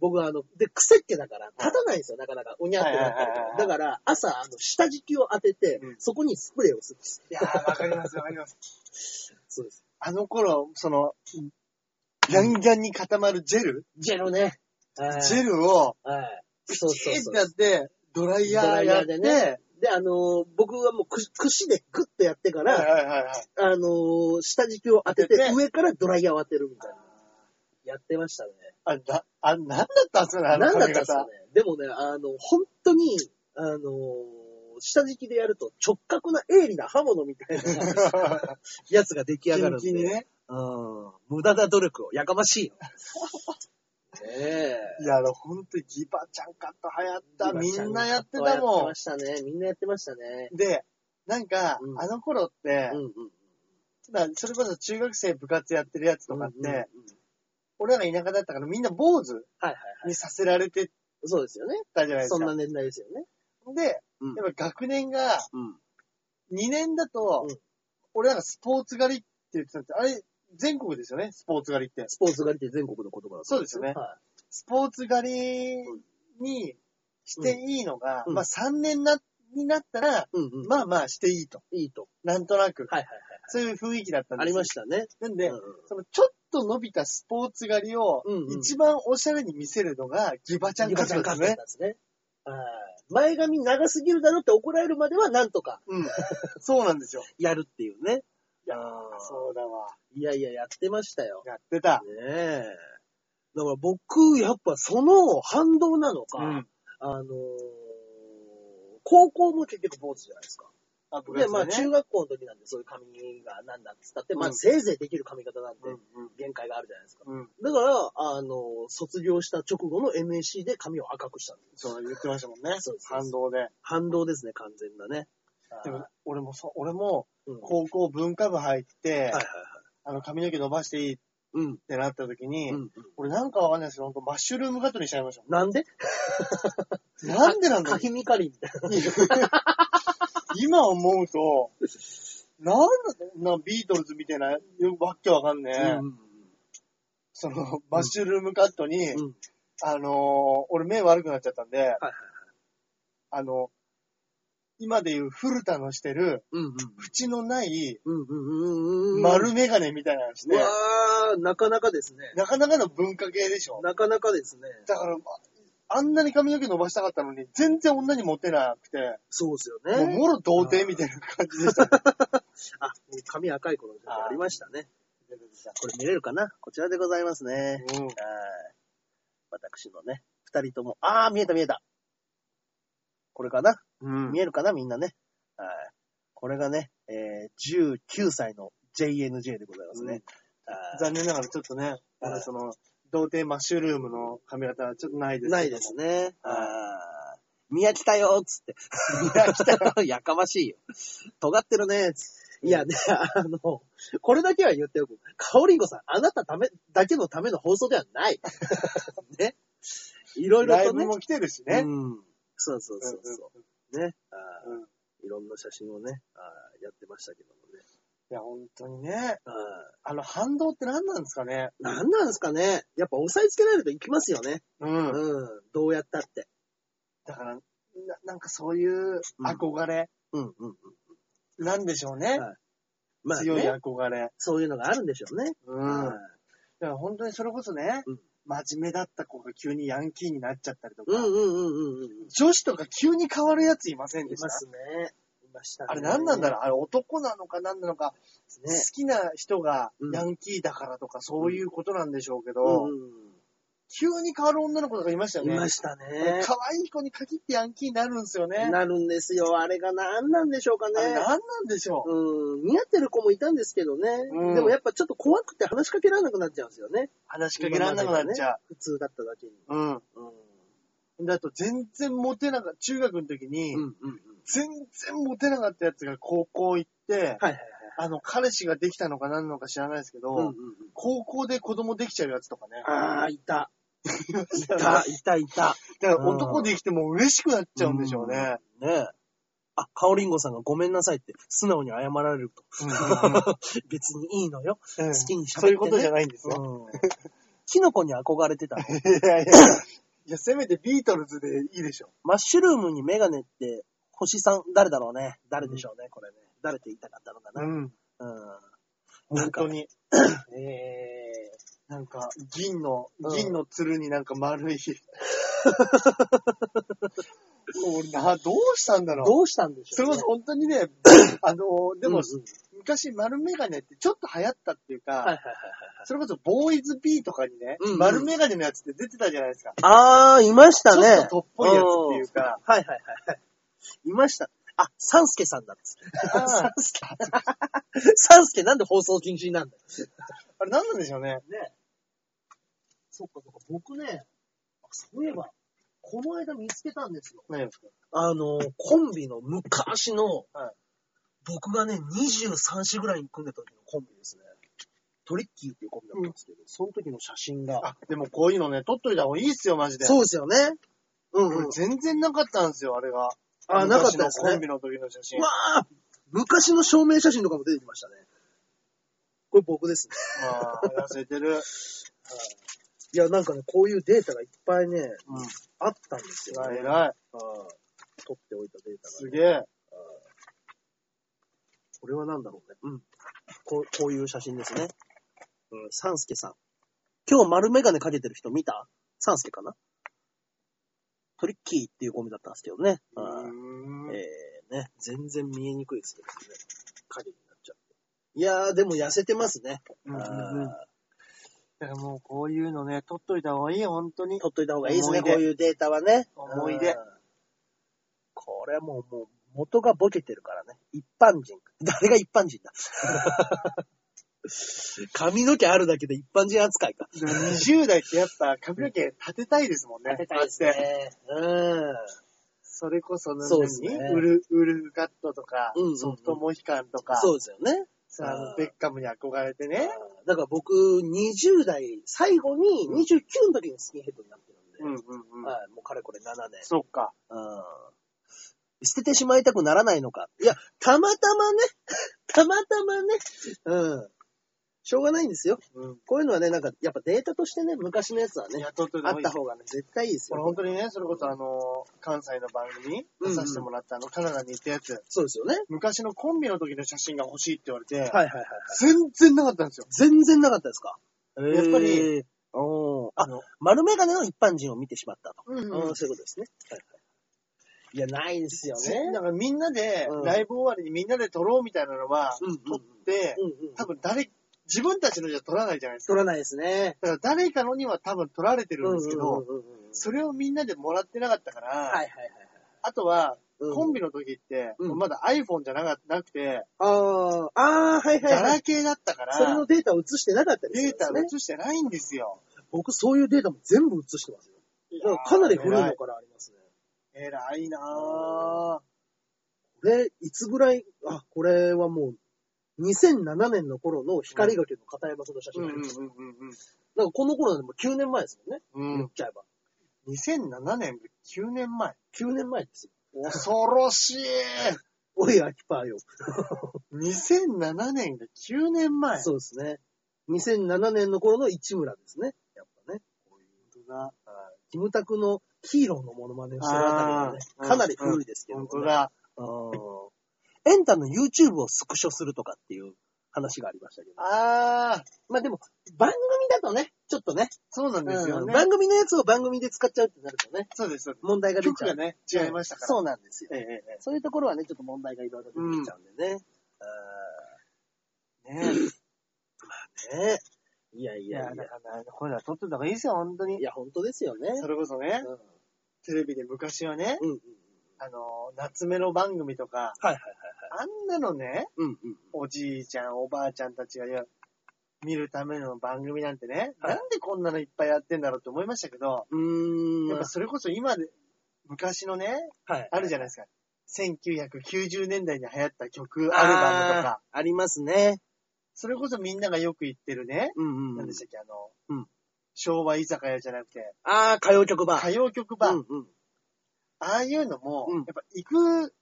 [SPEAKER 1] 僕はあの、で、癖っ気だから、立たないんですよ、なかなか。うにゃってなったり
[SPEAKER 2] はいはいはいはい
[SPEAKER 1] とか。だから、朝、あの、下敷きを当てて、
[SPEAKER 2] うん
[SPEAKER 1] そこにスプレーをするんです。
[SPEAKER 2] いやー、わかります、わかります。
[SPEAKER 1] そうです。
[SPEAKER 2] あの頃、その、ギャンギャンに固まるジェル
[SPEAKER 1] ジェルね。はい
[SPEAKER 2] ジェルを、
[SPEAKER 1] はい。
[SPEAKER 2] ピチ
[SPEAKER 1] そうそう
[SPEAKER 2] ーっ
[SPEAKER 1] そう
[SPEAKER 2] てや。って、ドライ
[SPEAKER 1] ド
[SPEAKER 2] ヤ
[SPEAKER 1] ラ
[SPEAKER 2] ー
[SPEAKER 1] イ
[SPEAKER 2] や
[SPEAKER 1] ヤ
[SPEAKER 2] っ
[SPEAKER 1] ー
[SPEAKER 2] て、
[SPEAKER 1] でね。で、あのー僕はもうく櫛でグッとやってか
[SPEAKER 2] はい
[SPEAKER 1] ら、
[SPEAKER 2] はいはいはい。
[SPEAKER 1] あのー下敷きを当て
[SPEAKER 2] 当
[SPEAKER 1] て
[SPEAKER 2] てて
[SPEAKER 1] 上からドライヤーを当てるみたいな。やってましたね。
[SPEAKER 2] あ、だ、あ、なんだったんすかね、あ
[SPEAKER 1] なんだ
[SPEAKER 2] の
[SPEAKER 1] った
[SPEAKER 2] 髪
[SPEAKER 1] んですか
[SPEAKER 2] 型
[SPEAKER 1] ね。。でもね、あの、本当に、あのー下敷きでやると直角な鋭利な刃物みたいな やつが出来上がるん
[SPEAKER 2] キ
[SPEAKER 1] で。
[SPEAKER 2] ンキンにね。
[SPEAKER 1] うん。無駄な努力を。やかましいよ。ねえ。
[SPEAKER 2] いや、あの、ほんとギバちゃんカット流行った。みんなやって
[SPEAKER 1] やったて
[SPEAKER 2] も
[SPEAKER 1] ましたね。みんなやってましたね。
[SPEAKER 2] ん。で、なんか、
[SPEAKER 1] うん
[SPEAKER 2] あの頃って
[SPEAKER 1] うん、うん。
[SPEAKER 2] まあそれこそ中学生部活やってるやつとかって、
[SPEAKER 1] うんうんうん
[SPEAKER 2] 俺らが田舎だったからみんな坊主
[SPEAKER 1] はいはいはい。
[SPEAKER 2] にさせられて
[SPEAKER 1] そうですよね。
[SPEAKER 2] たじゃないです
[SPEAKER 1] そん
[SPEAKER 2] か。
[SPEAKER 1] な年代ですよね。
[SPEAKER 2] で、
[SPEAKER 1] うん
[SPEAKER 2] やっぱ学年が
[SPEAKER 1] うん。
[SPEAKER 2] 2年だと、
[SPEAKER 1] うん
[SPEAKER 2] 俺らがスポーツ狩りって言ってたんですよあれ、全国ですよね、スポーツ狩りって。
[SPEAKER 1] スポーツ狩りって全国の言葉だ
[SPEAKER 2] そうですよね
[SPEAKER 1] は
[SPEAKER 2] スポーツ狩りにしていいのが、
[SPEAKER 1] うん
[SPEAKER 2] まあ3年な、になったら、
[SPEAKER 1] い。うんうん。
[SPEAKER 2] まあまあしていいと。
[SPEAKER 1] いいと。
[SPEAKER 2] なんとなく。
[SPEAKER 1] はいはい
[SPEAKER 2] そういう雰囲気だったん
[SPEAKER 1] は
[SPEAKER 2] で
[SPEAKER 1] い。あ
[SPEAKER 2] す
[SPEAKER 1] りま
[SPEAKER 2] し
[SPEAKER 1] したね。
[SPEAKER 2] た。なんで、
[SPEAKER 1] うんうん
[SPEAKER 2] そのちょっと伸びたスポーツ狩りを
[SPEAKER 1] うんうん、
[SPEAKER 2] 一番おしゃれに見せるのが、ギバちゃんカツラですね。
[SPEAKER 1] ですね。はい前髪長すぎるだろって怒られるまではなんとか
[SPEAKER 2] うん。そうなんですよ。
[SPEAKER 1] やるっていうね。
[SPEAKER 2] いやそうだわ。
[SPEAKER 1] いやいや、やってましたよ。
[SPEAKER 2] やってた。
[SPEAKER 1] ねえ。だから僕、やっぱその反動なのか、
[SPEAKER 2] うん。
[SPEAKER 1] あのー高校も結局坊主じゃないですか。
[SPEAKER 2] あ、部
[SPEAKER 1] で、
[SPEAKER 2] 活
[SPEAKER 1] まあ
[SPEAKER 2] だね。
[SPEAKER 1] 中学校の時なんでそういう髪がなんだっつったって、まあ
[SPEAKER 2] うん
[SPEAKER 1] せいぜいできる髪型なんて
[SPEAKER 2] うん
[SPEAKER 1] 限界があるじゃないですか。
[SPEAKER 2] うん。うん。
[SPEAKER 1] だから、あのー卒業した直後の NSC で髪を赤くしたんです。
[SPEAKER 2] そう言ってましたもんね。
[SPEAKER 1] そうです
[SPEAKER 2] 反動で。
[SPEAKER 1] 反動ですね、完全なね。
[SPEAKER 2] でも
[SPEAKER 1] あ、
[SPEAKER 2] 俺もそう、俺も、
[SPEAKER 1] ーうん
[SPEAKER 2] 高校文化部入って
[SPEAKER 1] はいはいはい、。
[SPEAKER 2] あの、髪の毛伸ばしていいっ
[SPEAKER 1] うん。
[SPEAKER 2] てなった時に
[SPEAKER 1] う、ん。
[SPEAKER 2] 俺なんかわかんないですけど、ほんとマッシュルームカットにしちゃいましたも
[SPEAKER 1] なんで
[SPEAKER 2] ん。なんでなんだろ
[SPEAKER 1] か
[SPEAKER 2] う
[SPEAKER 1] きみかりみたいな。
[SPEAKER 2] 今思うと、なんだ、なビートルズみたいな、よわけわかんねえ、
[SPEAKER 1] うん
[SPEAKER 2] その、マッシュルームカットに、
[SPEAKER 1] うんうん。
[SPEAKER 2] あのー俺目悪くなっちゃったんで、
[SPEAKER 1] はい
[SPEAKER 2] あの、今でいう古田のしてる、
[SPEAKER 1] うんうん。
[SPEAKER 2] 縁のない、
[SPEAKER 1] うんうんうん。
[SPEAKER 2] 丸メガネみたいなのし
[SPEAKER 1] う
[SPEAKER 2] て、
[SPEAKER 1] わー、なかなかですね。
[SPEAKER 2] なかなかの文化系でしょ。
[SPEAKER 1] なかなかですね。
[SPEAKER 2] だから、あんなに髪の毛伸ばしたかったのに、全然女にモテなくて、
[SPEAKER 1] そうですよ
[SPEAKER 2] もう
[SPEAKER 1] ね。
[SPEAKER 2] もろ童貞みたいな感じでした。
[SPEAKER 1] あ、もう髪赤い頃の時ありましたね。これ見れるかなこちらでございますね。
[SPEAKER 2] うん
[SPEAKER 1] はい。私のね、二人とも、あー、見えた見えた。これかな、
[SPEAKER 2] うん
[SPEAKER 1] 見えるかなみんなね。はい。これがね、えー、19歳の JNJ でございますね。はい
[SPEAKER 2] 残念ながらちょっとね、あの、その、童貞マッシュルームの髪型はちょっとないです。
[SPEAKER 1] ないです
[SPEAKER 2] ね。
[SPEAKER 1] ね。
[SPEAKER 2] はい
[SPEAKER 1] あー宮来たよーっつって。宮来たよ やかましいよ。尖ってるねーっつっていやね、あの、これだけは言っておく。カオリンコさん、あなたため、だけのための放送では ない。ね。いろいろ
[SPEAKER 2] ライ
[SPEAKER 1] と
[SPEAKER 2] ブ
[SPEAKER 1] ね。
[SPEAKER 2] も来てるしね。
[SPEAKER 1] うん。そうそうそうそうう。ね。あ
[SPEAKER 2] ん
[SPEAKER 1] ー
[SPEAKER 2] うんうん
[SPEAKER 1] いろんな写真をね、あーやってましたけどもね。
[SPEAKER 2] いや、本当にね。
[SPEAKER 1] あー
[SPEAKER 2] あの、反動って何なんですかね。
[SPEAKER 1] なんなんですかね。やっぱ押さえつけられるといきますよね。
[SPEAKER 2] うん。
[SPEAKER 1] うん。どうやったって。
[SPEAKER 2] だから、ななんかそういう憧れ
[SPEAKER 1] うんうんうん。
[SPEAKER 2] なんでしょうね。
[SPEAKER 1] はいまあ、
[SPEAKER 2] 強い
[SPEAKER 1] ね、
[SPEAKER 2] 憧れ。
[SPEAKER 1] そういうのがあるんでしょうね。
[SPEAKER 2] う
[SPEAKER 1] うん
[SPEAKER 2] ん。だから本当にそれこそね
[SPEAKER 1] うん、
[SPEAKER 2] 真面目だった子が急にヤンキーになっちゃったりとか
[SPEAKER 1] う、んうんうんうんうん。
[SPEAKER 2] 女子とか急に変わるやついません
[SPEAKER 1] い
[SPEAKER 2] でした
[SPEAKER 1] ますね。いましたね。
[SPEAKER 2] あれ何なんだ
[SPEAKER 1] ろ
[SPEAKER 2] ろうあれ男なのか何なのか、
[SPEAKER 1] うね
[SPEAKER 2] 好。きな人が
[SPEAKER 1] うん
[SPEAKER 2] ヤンキーだからとかそういうことなんでしょうけど、
[SPEAKER 1] う
[SPEAKER 2] 急に変わる女の子とかいましたよ
[SPEAKER 1] ん。い
[SPEAKER 2] ね。
[SPEAKER 1] ました
[SPEAKER 2] あれ
[SPEAKER 1] ね。
[SPEAKER 2] 可愛い子に限ってヤンキーになるんですよね。
[SPEAKER 1] なるんですよ。あれが何なんでしょうか
[SPEAKER 2] あれ
[SPEAKER 1] ね。
[SPEAKER 2] 何なんでしょう、
[SPEAKER 1] うん。似合ってる子もいたんですけどね。
[SPEAKER 2] うん
[SPEAKER 1] でもやっぱちょっと怖くて話しかけられなくなっちゃうんですよね。
[SPEAKER 2] 話しかけられなくなっちゃ
[SPEAKER 1] 普通だっただけに。
[SPEAKER 2] う。うん。だと全然モテなかった、中学の時に、
[SPEAKER 1] うんうんうん。
[SPEAKER 2] 全然モテなかったやつが高校行って、
[SPEAKER 1] はいはいはい。
[SPEAKER 2] あの、彼氏ができたのか何なのか知らないですけど、
[SPEAKER 1] うんうん
[SPEAKER 2] 高校で子供できちゃうやつとかね。
[SPEAKER 1] ああ、い た。
[SPEAKER 2] いまし
[SPEAKER 1] い
[SPEAKER 2] たね
[SPEAKER 1] た、いた、いた。
[SPEAKER 2] だから男できても嬉しくなっちゃうんでしょうね。
[SPEAKER 1] ねえ。あ、カオリンゴさんがごめんなさいって素直に謝られると。 別にいいのよ。
[SPEAKER 2] うん
[SPEAKER 1] 好きに喋って、ね。
[SPEAKER 2] そういうことじゃないんですよ。
[SPEAKER 1] うん。キノコに憧れてたの。
[SPEAKER 2] いやいやいや。いや、せめてビートルズでいいでしょ。
[SPEAKER 1] マッシュルームにメガネって、星さん、誰だろうね。誰でしょうね、これね。誰って言いたかったのかな。
[SPEAKER 2] ん。
[SPEAKER 1] うん。な
[SPEAKER 2] 本
[SPEAKER 1] んか
[SPEAKER 2] 当、に。
[SPEAKER 1] え
[SPEAKER 2] なんか、銀の
[SPEAKER 1] う、ん
[SPEAKER 2] 銀の鶴になんか 丸い。もうな、どうしたんだ
[SPEAKER 1] ー、
[SPEAKER 2] ろう。
[SPEAKER 1] どうしたんでし
[SPEAKER 2] そ
[SPEAKER 1] ょ
[SPEAKER 2] れこ
[SPEAKER 1] う、ね
[SPEAKER 2] そ。本当に ね、あのー、でも、
[SPEAKER 1] うんうん
[SPEAKER 2] 昔丸メガネってちょっと流行ったっていうか、
[SPEAKER 1] はいはいはいはい。
[SPEAKER 2] それこそボーイズ B とかにね、
[SPEAKER 1] うんうん
[SPEAKER 2] 丸メガネのやつって出てたじゃないですか。
[SPEAKER 1] あー、いましたね。
[SPEAKER 2] ちょっとトップっぽいやつっていうか
[SPEAKER 1] ん。はいはいはいはい。いました。あ、サンスケさんだっつって。
[SPEAKER 2] あー
[SPEAKER 1] サンスケ。サンスケなんで放送禁止なんだよ。
[SPEAKER 2] あれ何なんでしょうね。
[SPEAKER 1] ね。そっかそっか、僕ね、あそういえば、この間見つけたんですよ。
[SPEAKER 2] 何ですか
[SPEAKER 1] あの、コンビの昔の、
[SPEAKER 2] はい
[SPEAKER 1] 僕がね、23歳ぐらいに組んでた時のコンビですね。トリッキーっていうコンビだったんですけど、その時の写真が。
[SPEAKER 2] あ、でもこういうのね、撮っといた方がいいっすよ、マジで。
[SPEAKER 1] そうですよね。うんうん。
[SPEAKER 2] 俺全然なかったんですよ、あれが。
[SPEAKER 1] あ、なかったです
[SPEAKER 2] 昔のコン
[SPEAKER 1] ね。
[SPEAKER 2] ビの時の写真
[SPEAKER 1] うわ。あ昔の証明写真とかも出てきましたね。これ僕ですね。
[SPEAKER 2] ああ、痩せて る。
[SPEAKER 1] いや、なんかね、こういうデータがいっぱいね、
[SPEAKER 2] うん。
[SPEAKER 1] あったんですよ、
[SPEAKER 2] 偉い
[SPEAKER 1] ね。
[SPEAKER 2] 偉い。
[SPEAKER 1] ああ取っておいたデータが、
[SPEAKER 2] す
[SPEAKER 1] ね。
[SPEAKER 2] げえ。
[SPEAKER 1] これは何だろうね。うん。こうこういう写真ですね。うん、サンスケさん。今日丸メガネかけてる人見たサンスケかなトリッキーっていうゴミだったんですけどね。
[SPEAKER 2] う
[SPEAKER 1] ああ
[SPEAKER 2] ーん
[SPEAKER 1] えー、ね、全然見えにくいですけどね。影になっちゃって。いやー、でも痩せてますね。
[SPEAKER 2] うんうんうん
[SPEAKER 1] あ
[SPEAKER 2] だからもうこういうのね、取っといた方がいい、本当
[SPEAKER 1] ー
[SPEAKER 2] に。
[SPEAKER 1] 取っといた方がいいですね、
[SPEAKER 2] 思い
[SPEAKER 1] こ
[SPEAKER 2] 出
[SPEAKER 1] ういうデータはね。
[SPEAKER 2] 思い出
[SPEAKER 1] うん。これはもう、もう、元がボケてるからね。一般人。 誰が一般人だ 髪の毛あるだけで一般人扱いか。
[SPEAKER 2] 20代ってやっぱ髪の毛立てたいですもんね。だって。
[SPEAKER 1] うん。
[SPEAKER 2] それこそ何、
[SPEAKER 1] そうですね
[SPEAKER 2] ウル、ウルフカットとか、
[SPEAKER 1] うんうんうん
[SPEAKER 2] ソフトモヒカンとか、
[SPEAKER 1] そうですよね。
[SPEAKER 2] さああ
[SPEAKER 1] う
[SPEAKER 2] の
[SPEAKER 1] ん
[SPEAKER 2] ベッカムに憧れてね。
[SPEAKER 1] だから僕、20代、最後に29の時にスキンヘッドになってるんで、
[SPEAKER 2] うんうんうん。
[SPEAKER 1] はい、もうかれこれ7年。
[SPEAKER 2] そっか。
[SPEAKER 1] うん捨ててしまいたくならないのか。いや、たまたまね。たまたまね。うん。しょうがないんですよ。
[SPEAKER 2] うん。
[SPEAKER 1] こういうのはね、なんか、やっぱデータとしてね、昔のやつはね、
[SPEAKER 2] 雇っとい
[SPEAKER 1] あ
[SPEAKER 2] た方がい
[SPEAKER 1] った
[SPEAKER 2] い。
[SPEAKER 1] 方がね、絶対いいです
[SPEAKER 2] 俺
[SPEAKER 1] よ。
[SPEAKER 2] 本当にね、それこそあの、関西の番組に出させてもらったあの、カナダに行ったやつ。
[SPEAKER 1] そうですよね。
[SPEAKER 2] 昔のコンビの時の写真が欲しいって言われて、
[SPEAKER 1] はいはいはい。
[SPEAKER 2] 全然なかったんですよ。
[SPEAKER 1] 全然なかったですか。
[SPEAKER 2] やっぱり
[SPEAKER 1] へー、おーあ
[SPEAKER 2] あ、の
[SPEAKER 1] 丸メガネの一般人を見てしまったと。
[SPEAKER 2] うんうん
[SPEAKER 1] うんそういうことですね。はいはい。いや、ないんですよ
[SPEAKER 2] ね、
[SPEAKER 1] ね。
[SPEAKER 2] だからみんなで、
[SPEAKER 1] うん
[SPEAKER 2] ライブ終わりにみんなで撮ろうみたいなのは、
[SPEAKER 1] うんうんうん
[SPEAKER 2] 撮って、
[SPEAKER 1] うんうん
[SPEAKER 2] 多分誰、自分たちのじゃ撮らないじゃないですか。
[SPEAKER 1] 取らないですね。
[SPEAKER 2] だから誰かのには多分撮られてるんですけど、
[SPEAKER 1] うんうんうんうん
[SPEAKER 2] それをみんなでもらってなかったから、
[SPEAKER 1] はいはいはいはい。
[SPEAKER 2] あとは、
[SPEAKER 1] うん
[SPEAKER 2] コンビの時って、
[SPEAKER 1] うん
[SPEAKER 2] まだ iPhone じゃなかなくて、
[SPEAKER 1] ああ、ああ、はいはい
[SPEAKER 2] ガ
[SPEAKER 1] はい
[SPEAKER 2] ラ。ケーだったから、
[SPEAKER 1] それのデータを映してなかったりするん
[SPEAKER 2] デー
[SPEAKER 1] です
[SPEAKER 2] タ
[SPEAKER 1] よ
[SPEAKER 2] 映
[SPEAKER 1] ね。
[SPEAKER 2] してないんですよ。
[SPEAKER 1] 僕そういうデータも全部映してますよ。だからかなり古いのからありますね。
[SPEAKER 2] 偉い。偉いな
[SPEAKER 1] これ、いつぐらい、あ、これはもう、2007年の頃の光がけの片山さんの写
[SPEAKER 2] ぁ。う
[SPEAKER 1] 真
[SPEAKER 2] んう
[SPEAKER 1] があり
[SPEAKER 2] ん
[SPEAKER 1] ます。
[SPEAKER 2] うん
[SPEAKER 1] なんかこの頃なんでもう9年前ですもんね。
[SPEAKER 2] うん。う
[SPEAKER 1] 言
[SPEAKER 2] ん
[SPEAKER 1] っ、ちゃえば。
[SPEAKER 2] 2007年、9年前。
[SPEAKER 1] 9年前ですよ。
[SPEAKER 2] 恐ろしい。
[SPEAKER 1] おい、アキパーよ。
[SPEAKER 2] 2007年が9年前。
[SPEAKER 1] そうですね。2007年の頃の市村ですね。やっぱね。
[SPEAKER 2] 本当だ。
[SPEAKER 1] キムタクのヒーローのモノマネをしてるあたりがね、
[SPEAKER 2] あー
[SPEAKER 1] かなり古いですけど、ね
[SPEAKER 2] 本当だ。
[SPEAKER 1] あーエンタの YouTube をスクショするとかっていう話がありましたけど。
[SPEAKER 2] あー、
[SPEAKER 1] まあでも、番組だとね、ちょっとね、
[SPEAKER 2] そうなんですよ
[SPEAKER 1] うん
[SPEAKER 2] ね。
[SPEAKER 1] 番組のやつを番組で使っちゃうってなるとね、
[SPEAKER 2] そうです、そうで
[SPEAKER 1] 問題が
[SPEAKER 2] す。
[SPEAKER 1] 出ちゃう。
[SPEAKER 2] 曲がね、違いましたから。
[SPEAKER 1] そうなんですよ。
[SPEAKER 2] ええええ
[SPEAKER 1] そういうところはね、ちょっと問題がいろいろ出てきちゃうんでね。
[SPEAKER 2] ええね
[SPEAKER 1] あーねえいやい
[SPEAKER 2] いや
[SPEAKER 1] や、い
[SPEAKER 2] だ
[SPEAKER 1] や、
[SPEAKER 2] からね、こういうのは撮ってた方がいいですよ、本当
[SPEAKER 1] い
[SPEAKER 2] に。
[SPEAKER 1] や、本当ですよね。
[SPEAKER 2] それこそね、テレビで昔はね、
[SPEAKER 1] うんうんうん。
[SPEAKER 2] あの、夏メロ番組とか、
[SPEAKER 1] はいはいはい。
[SPEAKER 2] あんなのね、
[SPEAKER 1] うんうん。
[SPEAKER 2] おじいちゃん、おばあちゃんたちがや見るための番組なんてね、
[SPEAKER 1] はい
[SPEAKER 2] なんでこんなのいっぱいやってんだろうって思いましたけど、
[SPEAKER 1] うーん。
[SPEAKER 2] やっぱそれこそ今で、昔のね、
[SPEAKER 1] はい。
[SPEAKER 2] あるじゃないですか。1990年代に流行った曲、アルバムとか、
[SPEAKER 1] あー。ありますね。
[SPEAKER 2] それこそみんながよく言ってるね、
[SPEAKER 1] うんうんう
[SPEAKER 2] 何
[SPEAKER 1] ん
[SPEAKER 2] でしたっけ、あの、
[SPEAKER 1] うん
[SPEAKER 2] 昭和居酒屋じゃなくて、
[SPEAKER 1] ああ、歌謡曲バー。
[SPEAKER 2] 歌謡曲版、
[SPEAKER 1] うんうん。
[SPEAKER 2] ああいうのも、
[SPEAKER 1] うん
[SPEAKER 2] やっぱ行く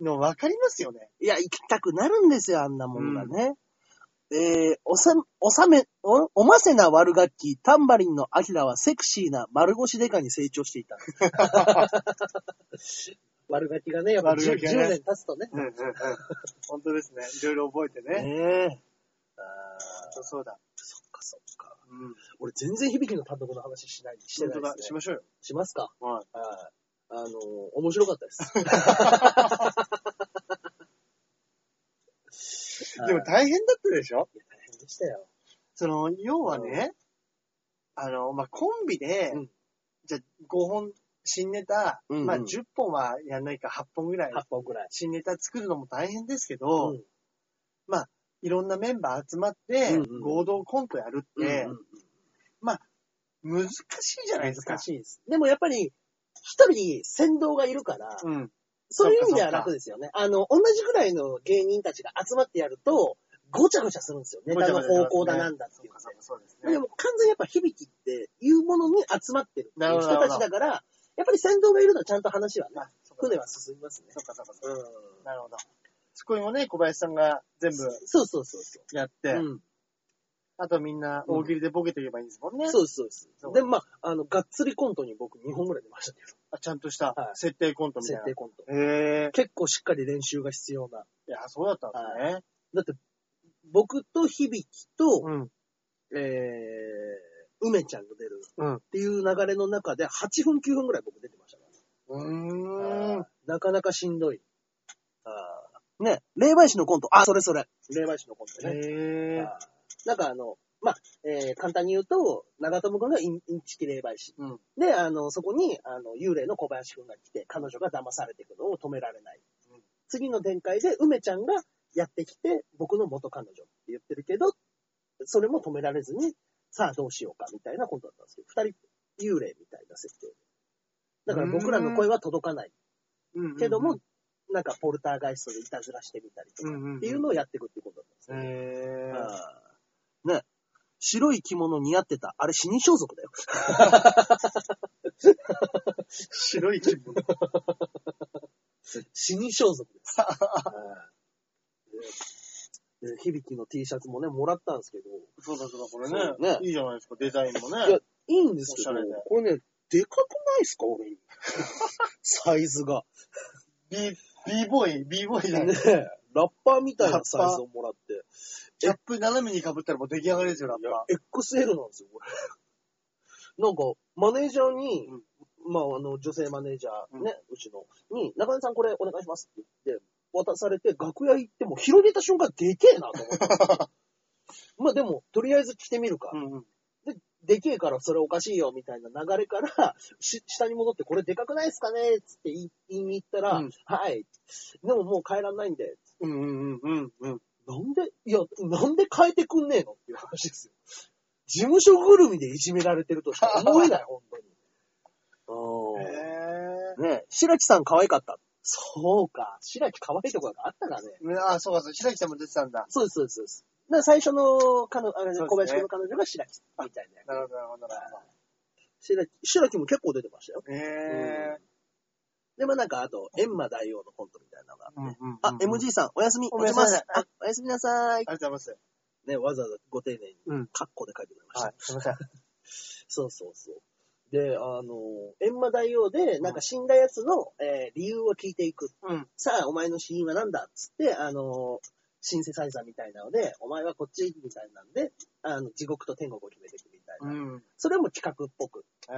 [SPEAKER 2] の分かりますよね。
[SPEAKER 1] いや、行きたくなるんですよ、あんなもんがね。えー、おさ、おさめ、お、おませな悪楽器、タンバリンのアキラはセクシーな丸腰デカに成長して いた。悪楽器がね、やっぱ
[SPEAKER 2] 悪
[SPEAKER 1] 10,
[SPEAKER 2] 楽器がね
[SPEAKER 1] 年経つとね。
[SPEAKER 2] うんうんうん。 本当ですね。いろいろ覚えてね。
[SPEAKER 1] えあ
[SPEAKER 2] 本当そうだ。
[SPEAKER 1] そっかそっか。
[SPEAKER 2] うん。
[SPEAKER 1] 俺全然響きの単独の話しない、してない
[SPEAKER 2] 本
[SPEAKER 1] で
[SPEAKER 2] 当
[SPEAKER 1] す、
[SPEAKER 2] だ。
[SPEAKER 1] ね。
[SPEAKER 2] しましょうよ。
[SPEAKER 1] しますか
[SPEAKER 2] はい。
[SPEAKER 1] はい。あのー、面白かったです。
[SPEAKER 2] でも大変だったでしょ
[SPEAKER 1] 大変でしたよ。
[SPEAKER 2] その、要はね、あの、まあ、コンビで、
[SPEAKER 1] うん
[SPEAKER 2] じゃあ5本、新ネタ、
[SPEAKER 1] うんうん
[SPEAKER 2] まあ、10本はやんないか8本ぐらい、
[SPEAKER 1] 8本くらい。
[SPEAKER 2] 新ネタ作るのも大変ですけど、
[SPEAKER 1] うん
[SPEAKER 2] いろんなメンバー集まって、
[SPEAKER 1] うんうん
[SPEAKER 2] 合同コントやるって
[SPEAKER 1] うんう、ん
[SPEAKER 2] 難しいじゃないですか
[SPEAKER 1] 難。しいです。でもやっぱり、一人先導がいるから、
[SPEAKER 2] うん。
[SPEAKER 1] そういう意味では楽ですよね。あの、同じくらいの芸人たちが集まってやると、ごちゃごちゃするんですよ。ネタの方向だなんだっていうの
[SPEAKER 2] そうかそうかそうです
[SPEAKER 1] で。で
[SPEAKER 2] ね。
[SPEAKER 1] も完全にやっぱ響きっていうものに集まってるっていう人たちだから、やっぱり先導がいるとちゃんと話はね、
[SPEAKER 2] あ、そうか
[SPEAKER 1] 船は進みますね。
[SPEAKER 2] そうかそうかそう
[SPEAKER 1] うん。
[SPEAKER 2] か。なるほど。そこにもね、小林さんが全部
[SPEAKER 1] そうそうそうそ
[SPEAKER 2] やって、
[SPEAKER 1] う。うん。
[SPEAKER 2] あとみんな大喜利でボケていけばいいんですもんね。
[SPEAKER 1] そうです、そうです
[SPEAKER 2] そう。
[SPEAKER 1] で、まあ、あの、がっつりコントに僕2本ぐらい出ましたけど、
[SPEAKER 2] あちゃんとした
[SPEAKER 1] はい
[SPEAKER 2] 設定コントみたい
[SPEAKER 1] 設
[SPEAKER 2] な。
[SPEAKER 1] 定コント。
[SPEAKER 2] へえ。
[SPEAKER 1] 結構しっかり練習が必要な。
[SPEAKER 2] いや、そうだったんですね。
[SPEAKER 1] だって、僕と響と、
[SPEAKER 2] うん。
[SPEAKER 1] えー、梅ちゃんが出る
[SPEAKER 2] うん
[SPEAKER 1] っていう流れの中で8分9分ぐらい僕出てましたか
[SPEAKER 2] うー
[SPEAKER 1] ら。
[SPEAKER 2] ん。
[SPEAKER 1] なかなかしんどい。あーね、霊媒師のコント。あ、それそれ。霊媒師のコントね。
[SPEAKER 2] へえ。
[SPEAKER 1] あーなんかあの、まあ、えー簡単に言うと、長友くんがインインチキ霊媒師。
[SPEAKER 2] うん。
[SPEAKER 1] で、あの、そこに、あの、幽霊の小林くんが来て、彼女が騙されていくのを止められない。
[SPEAKER 2] うん
[SPEAKER 1] 次の展開で、梅ちゃんがやってきて、僕の元彼女って言ってるけど、それも止められずに、さあどうしようか、みたいなことだったんですけど、二人、幽霊みたいな設定で。だから僕らの声は届かない。
[SPEAKER 2] うん
[SPEAKER 1] けども、、なんかポルターガイストでいたずらしてみたりとか、
[SPEAKER 2] うんうんうん
[SPEAKER 1] っていうのをやっていくってことだったんです
[SPEAKER 2] へえ。
[SPEAKER 1] あーね。白い着物似合ってた。あれ死に装束だよ。
[SPEAKER 2] 白い気分。
[SPEAKER 1] 死に装束です。はいでで響きの T シャツもね、もらったんですけど、
[SPEAKER 2] そうだそうだ、これ
[SPEAKER 1] そうだ
[SPEAKER 2] ね
[SPEAKER 1] ね。
[SPEAKER 2] いいじゃないですか、デザインも
[SPEAKER 1] い
[SPEAKER 2] ね
[SPEAKER 1] や。いいんですけど
[SPEAKER 2] おしゃれで、
[SPEAKER 1] これね、でかくないですか 俺。サイズが。
[SPEAKER 2] B、B ボーイ、B ボーイじゃない
[SPEAKER 1] ね。えラッパーみたいなサイズをもらって。
[SPEAKER 2] キャップ斜めに被ったらもう出来上がりですよ、ラッパ
[SPEAKER 1] XL なんですよ、これ。なんか、マネージャーに、
[SPEAKER 2] うん
[SPEAKER 1] まあ、あの、女性マネージャーね、うちの、に、中根さんこれお願いしますって言って、渡されて、楽屋行っても広げた瞬間でけえなと思って。 まあでも、とりあえず着てみるか。
[SPEAKER 2] ー。うんうん。
[SPEAKER 1] でけえからそれおかしいよみたいな流れから、 し下に戻って、これでかくないですかねつって言い言いに行ったら、
[SPEAKER 2] うん
[SPEAKER 1] はい。でももう帰らないんで、
[SPEAKER 2] うんうんうんうん。
[SPEAKER 1] なんで、いや、なんで変えてくんねえのっていう話ですよ。事務所ぐるみでいじめられてるとしか思えない、本 当に。
[SPEAKER 2] へ
[SPEAKER 1] うん。ねえ、白木さん可愛かった。そうか、白木可愛いところがあったからね。
[SPEAKER 2] え。あ、そうかそう。白木さんも出てたんだ。
[SPEAKER 1] そうです、そうです、そうです。だから最初の彼女、あ
[SPEAKER 2] そうで
[SPEAKER 1] れ
[SPEAKER 2] すね
[SPEAKER 1] 小林君の彼女が白木みたいな。
[SPEAKER 2] なるほど、なるほど、なる
[SPEAKER 1] 白木、白木も結構出てましたよ。
[SPEAKER 2] ほど。へえ。
[SPEAKER 1] でもなんか、あと、エンマ大王のコントみたいなのがあって
[SPEAKER 2] うんうんうん
[SPEAKER 1] あ、MG さん、おやすみ。
[SPEAKER 2] お
[SPEAKER 1] お
[SPEAKER 2] や
[SPEAKER 1] や
[SPEAKER 2] す
[SPEAKER 1] す
[SPEAKER 2] み
[SPEAKER 1] み
[SPEAKER 2] なさ
[SPEAKER 1] なさ
[SPEAKER 2] い
[SPEAKER 1] い。あおやすみなさい。
[SPEAKER 2] ありがとうござい
[SPEAKER 1] ね、わざわざご丁寧に、
[SPEAKER 2] うん
[SPEAKER 1] カッコで書いてくれま
[SPEAKER 2] ます。
[SPEAKER 1] した。
[SPEAKER 2] はい、すいません。
[SPEAKER 1] そうそうそう。で、あの、閻魔大王で、なんか死んだやつの、えー理由を聞いていく。
[SPEAKER 2] うん。
[SPEAKER 1] さあ、お前の死因は何だっつって、あの、シンセサイザーみたいなので、お前はこっちみたいなんで、あの、地獄と天国を決めていくみたいな。
[SPEAKER 2] うん。
[SPEAKER 1] それも企画っぽく、
[SPEAKER 2] えー、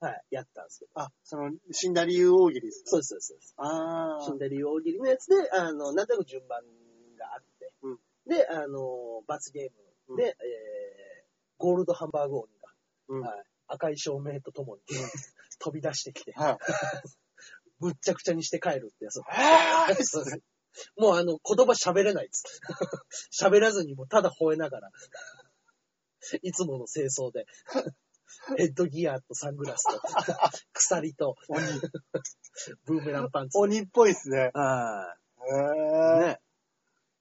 [SPEAKER 1] はい、やったんですけど。
[SPEAKER 2] あ、その、死んだ理由大喜利ですか
[SPEAKER 1] そうです、そうですそうです。
[SPEAKER 2] あ
[SPEAKER 1] 死んだ理由大喜利のやつで、あの、なんとなく順番があって、
[SPEAKER 2] うん
[SPEAKER 1] で、あの、罰ゲームで、
[SPEAKER 2] うん
[SPEAKER 1] えー、ゴールドハンバーグ鬼が、
[SPEAKER 2] うん
[SPEAKER 1] はい、赤い照明とともに 飛び出してきて、
[SPEAKER 2] あ。はい。
[SPEAKER 1] むっちゃくちゃにして帰るってやつ。
[SPEAKER 2] え
[SPEAKER 1] そうですもうあの、言葉喋れないっつって。 喋らずにもうただ吠えながら。 いつもの清 掃で。ヘッドギアとサングラスと、鎖と、 ブーメランパンツ。
[SPEAKER 2] 鬼っぽいっすね。
[SPEAKER 1] あ
[SPEAKER 2] へ
[SPEAKER 1] あ。
[SPEAKER 2] え。
[SPEAKER 1] ね。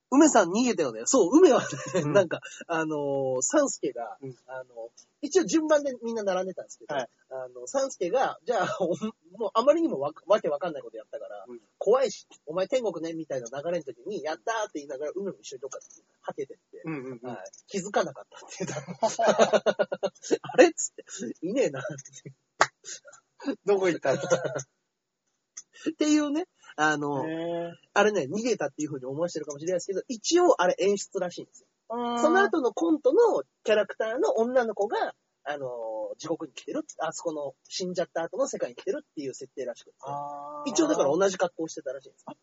[SPEAKER 1] 梅さん逃げたよね。そう、梅はね、
[SPEAKER 2] うん
[SPEAKER 1] なんか、あのー、サンスケが、
[SPEAKER 2] うん
[SPEAKER 1] あの一応順番でみんな並んでたんですけど、
[SPEAKER 2] はい
[SPEAKER 1] あの、サンスケが、じゃあ、おもうあまりにもわわけわかんないことやったから、
[SPEAKER 2] うん
[SPEAKER 1] 怖いし、お前天国ね、みたいな流れの時に、やったーって言いながら、梅も一緒にどっかはけてって、
[SPEAKER 2] うんうんうん
[SPEAKER 1] はい。気づかなかったって言ったの あれっつって、いねえなって。
[SPEAKER 2] どこ行ったんですか
[SPEAKER 1] っていうね、あの、
[SPEAKER 2] へえ。
[SPEAKER 1] あれね、逃げたっていう風に思わせてるかもしれないですけど、一応あれ演出らしいんですよそ
[SPEAKER 2] そ
[SPEAKER 1] の、後のコントのキャラクターの女の子が、あのー地獄に来てる、あそこの死んじゃった後の世界に来てるっていう設定らしくて。
[SPEAKER 2] あー
[SPEAKER 1] 一応だから、同じ格好をしてたらしいんです。
[SPEAKER 2] なる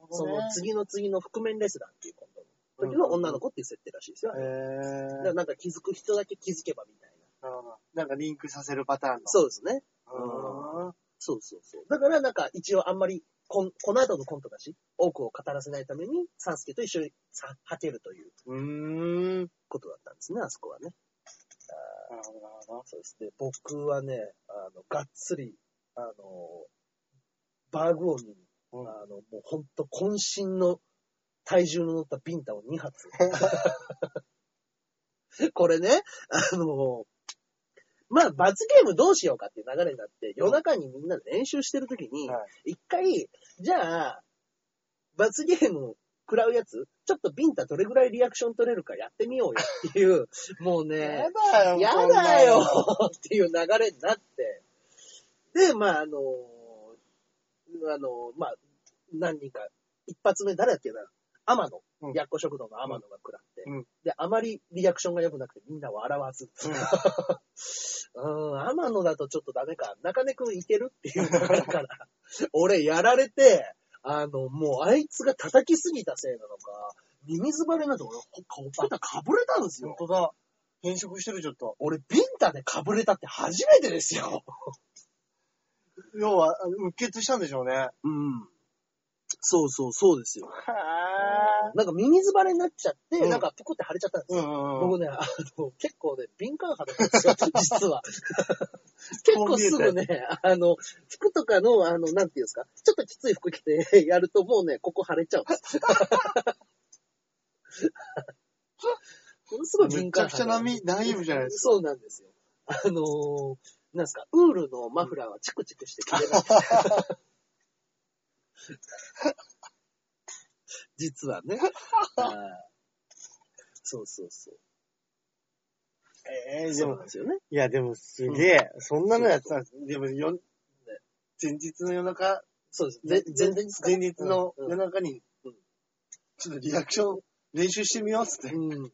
[SPEAKER 2] ほ
[SPEAKER 1] そ
[SPEAKER 2] どね
[SPEAKER 1] の次の次の覆面レスラーっていうコントの時の女の子っていう設定らしいですよ。
[SPEAKER 2] へ
[SPEAKER 1] だ
[SPEAKER 2] ー
[SPEAKER 1] からなんか気づく人だけ気づけばみたいな。
[SPEAKER 2] なるほど。なんかリンクさせるパターンの。
[SPEAKER 1] そうですね。
[SPEAKER 2] うーん。
[SPEAKER 1] そうそうそう。だからなんか一応あんまりこん、この後のコントだし、多くを語らせないために、サンスケと一緒にさはけるという
[SPEAKER 2] うーん。なる
[SPEAKER 1] ことだったんですね、あそこはね。
[SPEAKER 2] ほど、なるほど。
[SPEAKER 1] そうですね。僕はね、あの、がっつり、あの、バーグオンに、
[SPEAKER 2] うん
[SPEAKER 1] あの、もうほんと渾身の体重の乗ったビンタを2発。 これね、あの、まあ、罰ゲームどうしようかっていう流れになって、夜中にみんなで練習してるときに
[SPEAKER 2] は、
[SPEAKER 1] 一回、じゃあ、罰ゲーム食らうやつ、ちょっとビンタどれぐらいリアクション取れるかやってみようよっていう、もうね
[SPEAKER 2] や、だよ。
[SPEAKER 1] や
[SPEAKER 2] こんなの
[SPEAKER 1] だよっていう流れになって。で、まあ、あの、あの、まあ、何人か、一発目誰だっけな天野
[SPEAKER 2] うん。
[SPEAKER 1] やっこ食堂の天野が食らって。
[SPEAKER 2] うん
[SPEAKER 1] で、あまりリアクションが良くなくてみんな笑わず。
[SPEAKER 2] うん
[SPEAKER 1] うーん、天野だとちょっとダメか。中根くんいけるっていうのがあるから。 俺やられて、あの、もうあいつが叩きすぎたせいなのか、ミミズバレになって俺、顔パタかぶれたんですよ
[SPEAKER 2] 本。当だ。変色してる、ちょっと。
[SPEAKER 1] 俺、ビンタでかぶれたって初めてですよ。
[SPEAKER 2] 要は、あのうっ血したんでしょうね。
[SPEAKER 1] うん。そうそう、そうですよ。
[SPEAKER 2] は
[SPEAKER 1] なんかミミズバレになっちゃって、
[SPEAKER 2] うん
[SPEAKER 1] なんかポコって腫れちゃったんです
[SPEAKER 2] う
[SPEAKER 1] よ。
[SPEAKER 2] んうんうん。
[SPEAKER 1] 僕ね、あの、結構ね、敏感肌なんですよ、実 は。結構すぐね、あの、服とかの、あの、なんていうんですか、ちょっときつい服着てやるともうね、ここ腫れちゃうん です。ものすごい
[SPEAKER 2] め
[SPEAKER 1] 敏
[SPEAKER 2] ちゃ
[SPEAKER 1] 感
[SPEAKER 2] くちゃ
[SPEAKER 1] 肌
[SPEAKER 2] な
[SPEAKER 1] なんで
[SPEAKER 2] みナイーブじゃないです
[SPEAKER 1] そうなんですよ。あのー、なんですか、ウールのマフラーはチクチクして 着れない。実はね。はいそうそうそう。
[SPEAKER 2] か。えー、で
[SPEAKER 1] そうなん
[SPEAKER 2] も、
[SPEAKER 1] ですよね。
[SPEAKER 2] いや、でもすげえ、そんなのやってたんです。でも、よん前日の夜中、
[SPEAKER 1] そうです。全然ですか
[SPEAKER 2] 前日の
[SPEAKER 1] うん
[SPEAKER 2] 夜中に
[SPEAKER 1] うん、
[SPEAKER 2] ちょっとリアクション練習してみようっつって。
[SPEAKER 1] うん。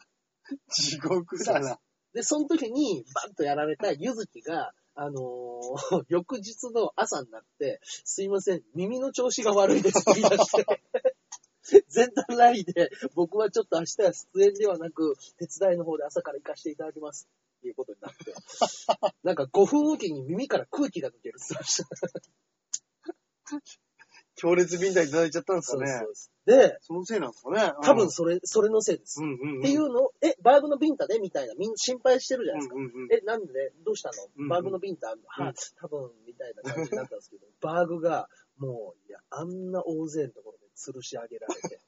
[SPEAKER 2] 地獄だな。
[SPEAKER 1] で、その時にバンとやられたゆずきが、あのー 翌日の朝になって、すいません、耳の調子が悪いですって言 い出して、全体ラインで、僕はちょっと明日は出演ではなく、手伝いの方で朝から行かせていただきます。っていうことになって。なんか5分おきに耳から空気が抜けるって言ってました。
[SPEAKER 2] 強烈ビンタいただいちゃったんです
[SPEAKER 1] そ
[SPEAKER 2] か
[SPEAKER 1] う
[SPEAKER 2] ね。
[SPEAKER 1] です。で、
[SPEAKER 2] そのせいなんですかね。
[SPEAKER 1] 多分それ、それのせいです。
[SPEAKER 2] うん、うんうん。
[SPEAKER 1] っていうのを、え、バーグのビンタでみたいな、みんな心配してるじゃないですか
[SPEAKER 2] うんうんうん。
[SPEAKER 1] え、なんでどうした
[SPEAKER 2] うんう
[SPEAKER 1] の
[SPEAKER 2] ん
[SPEAKER 1] バーグのビンタあんの、は
[SPEAKER 2] う
[SPEAKER 1] い、多分、みたいな感じになったんですけど、バーグが、もう、いや、あんな大勢のところで吊るし上げられ て、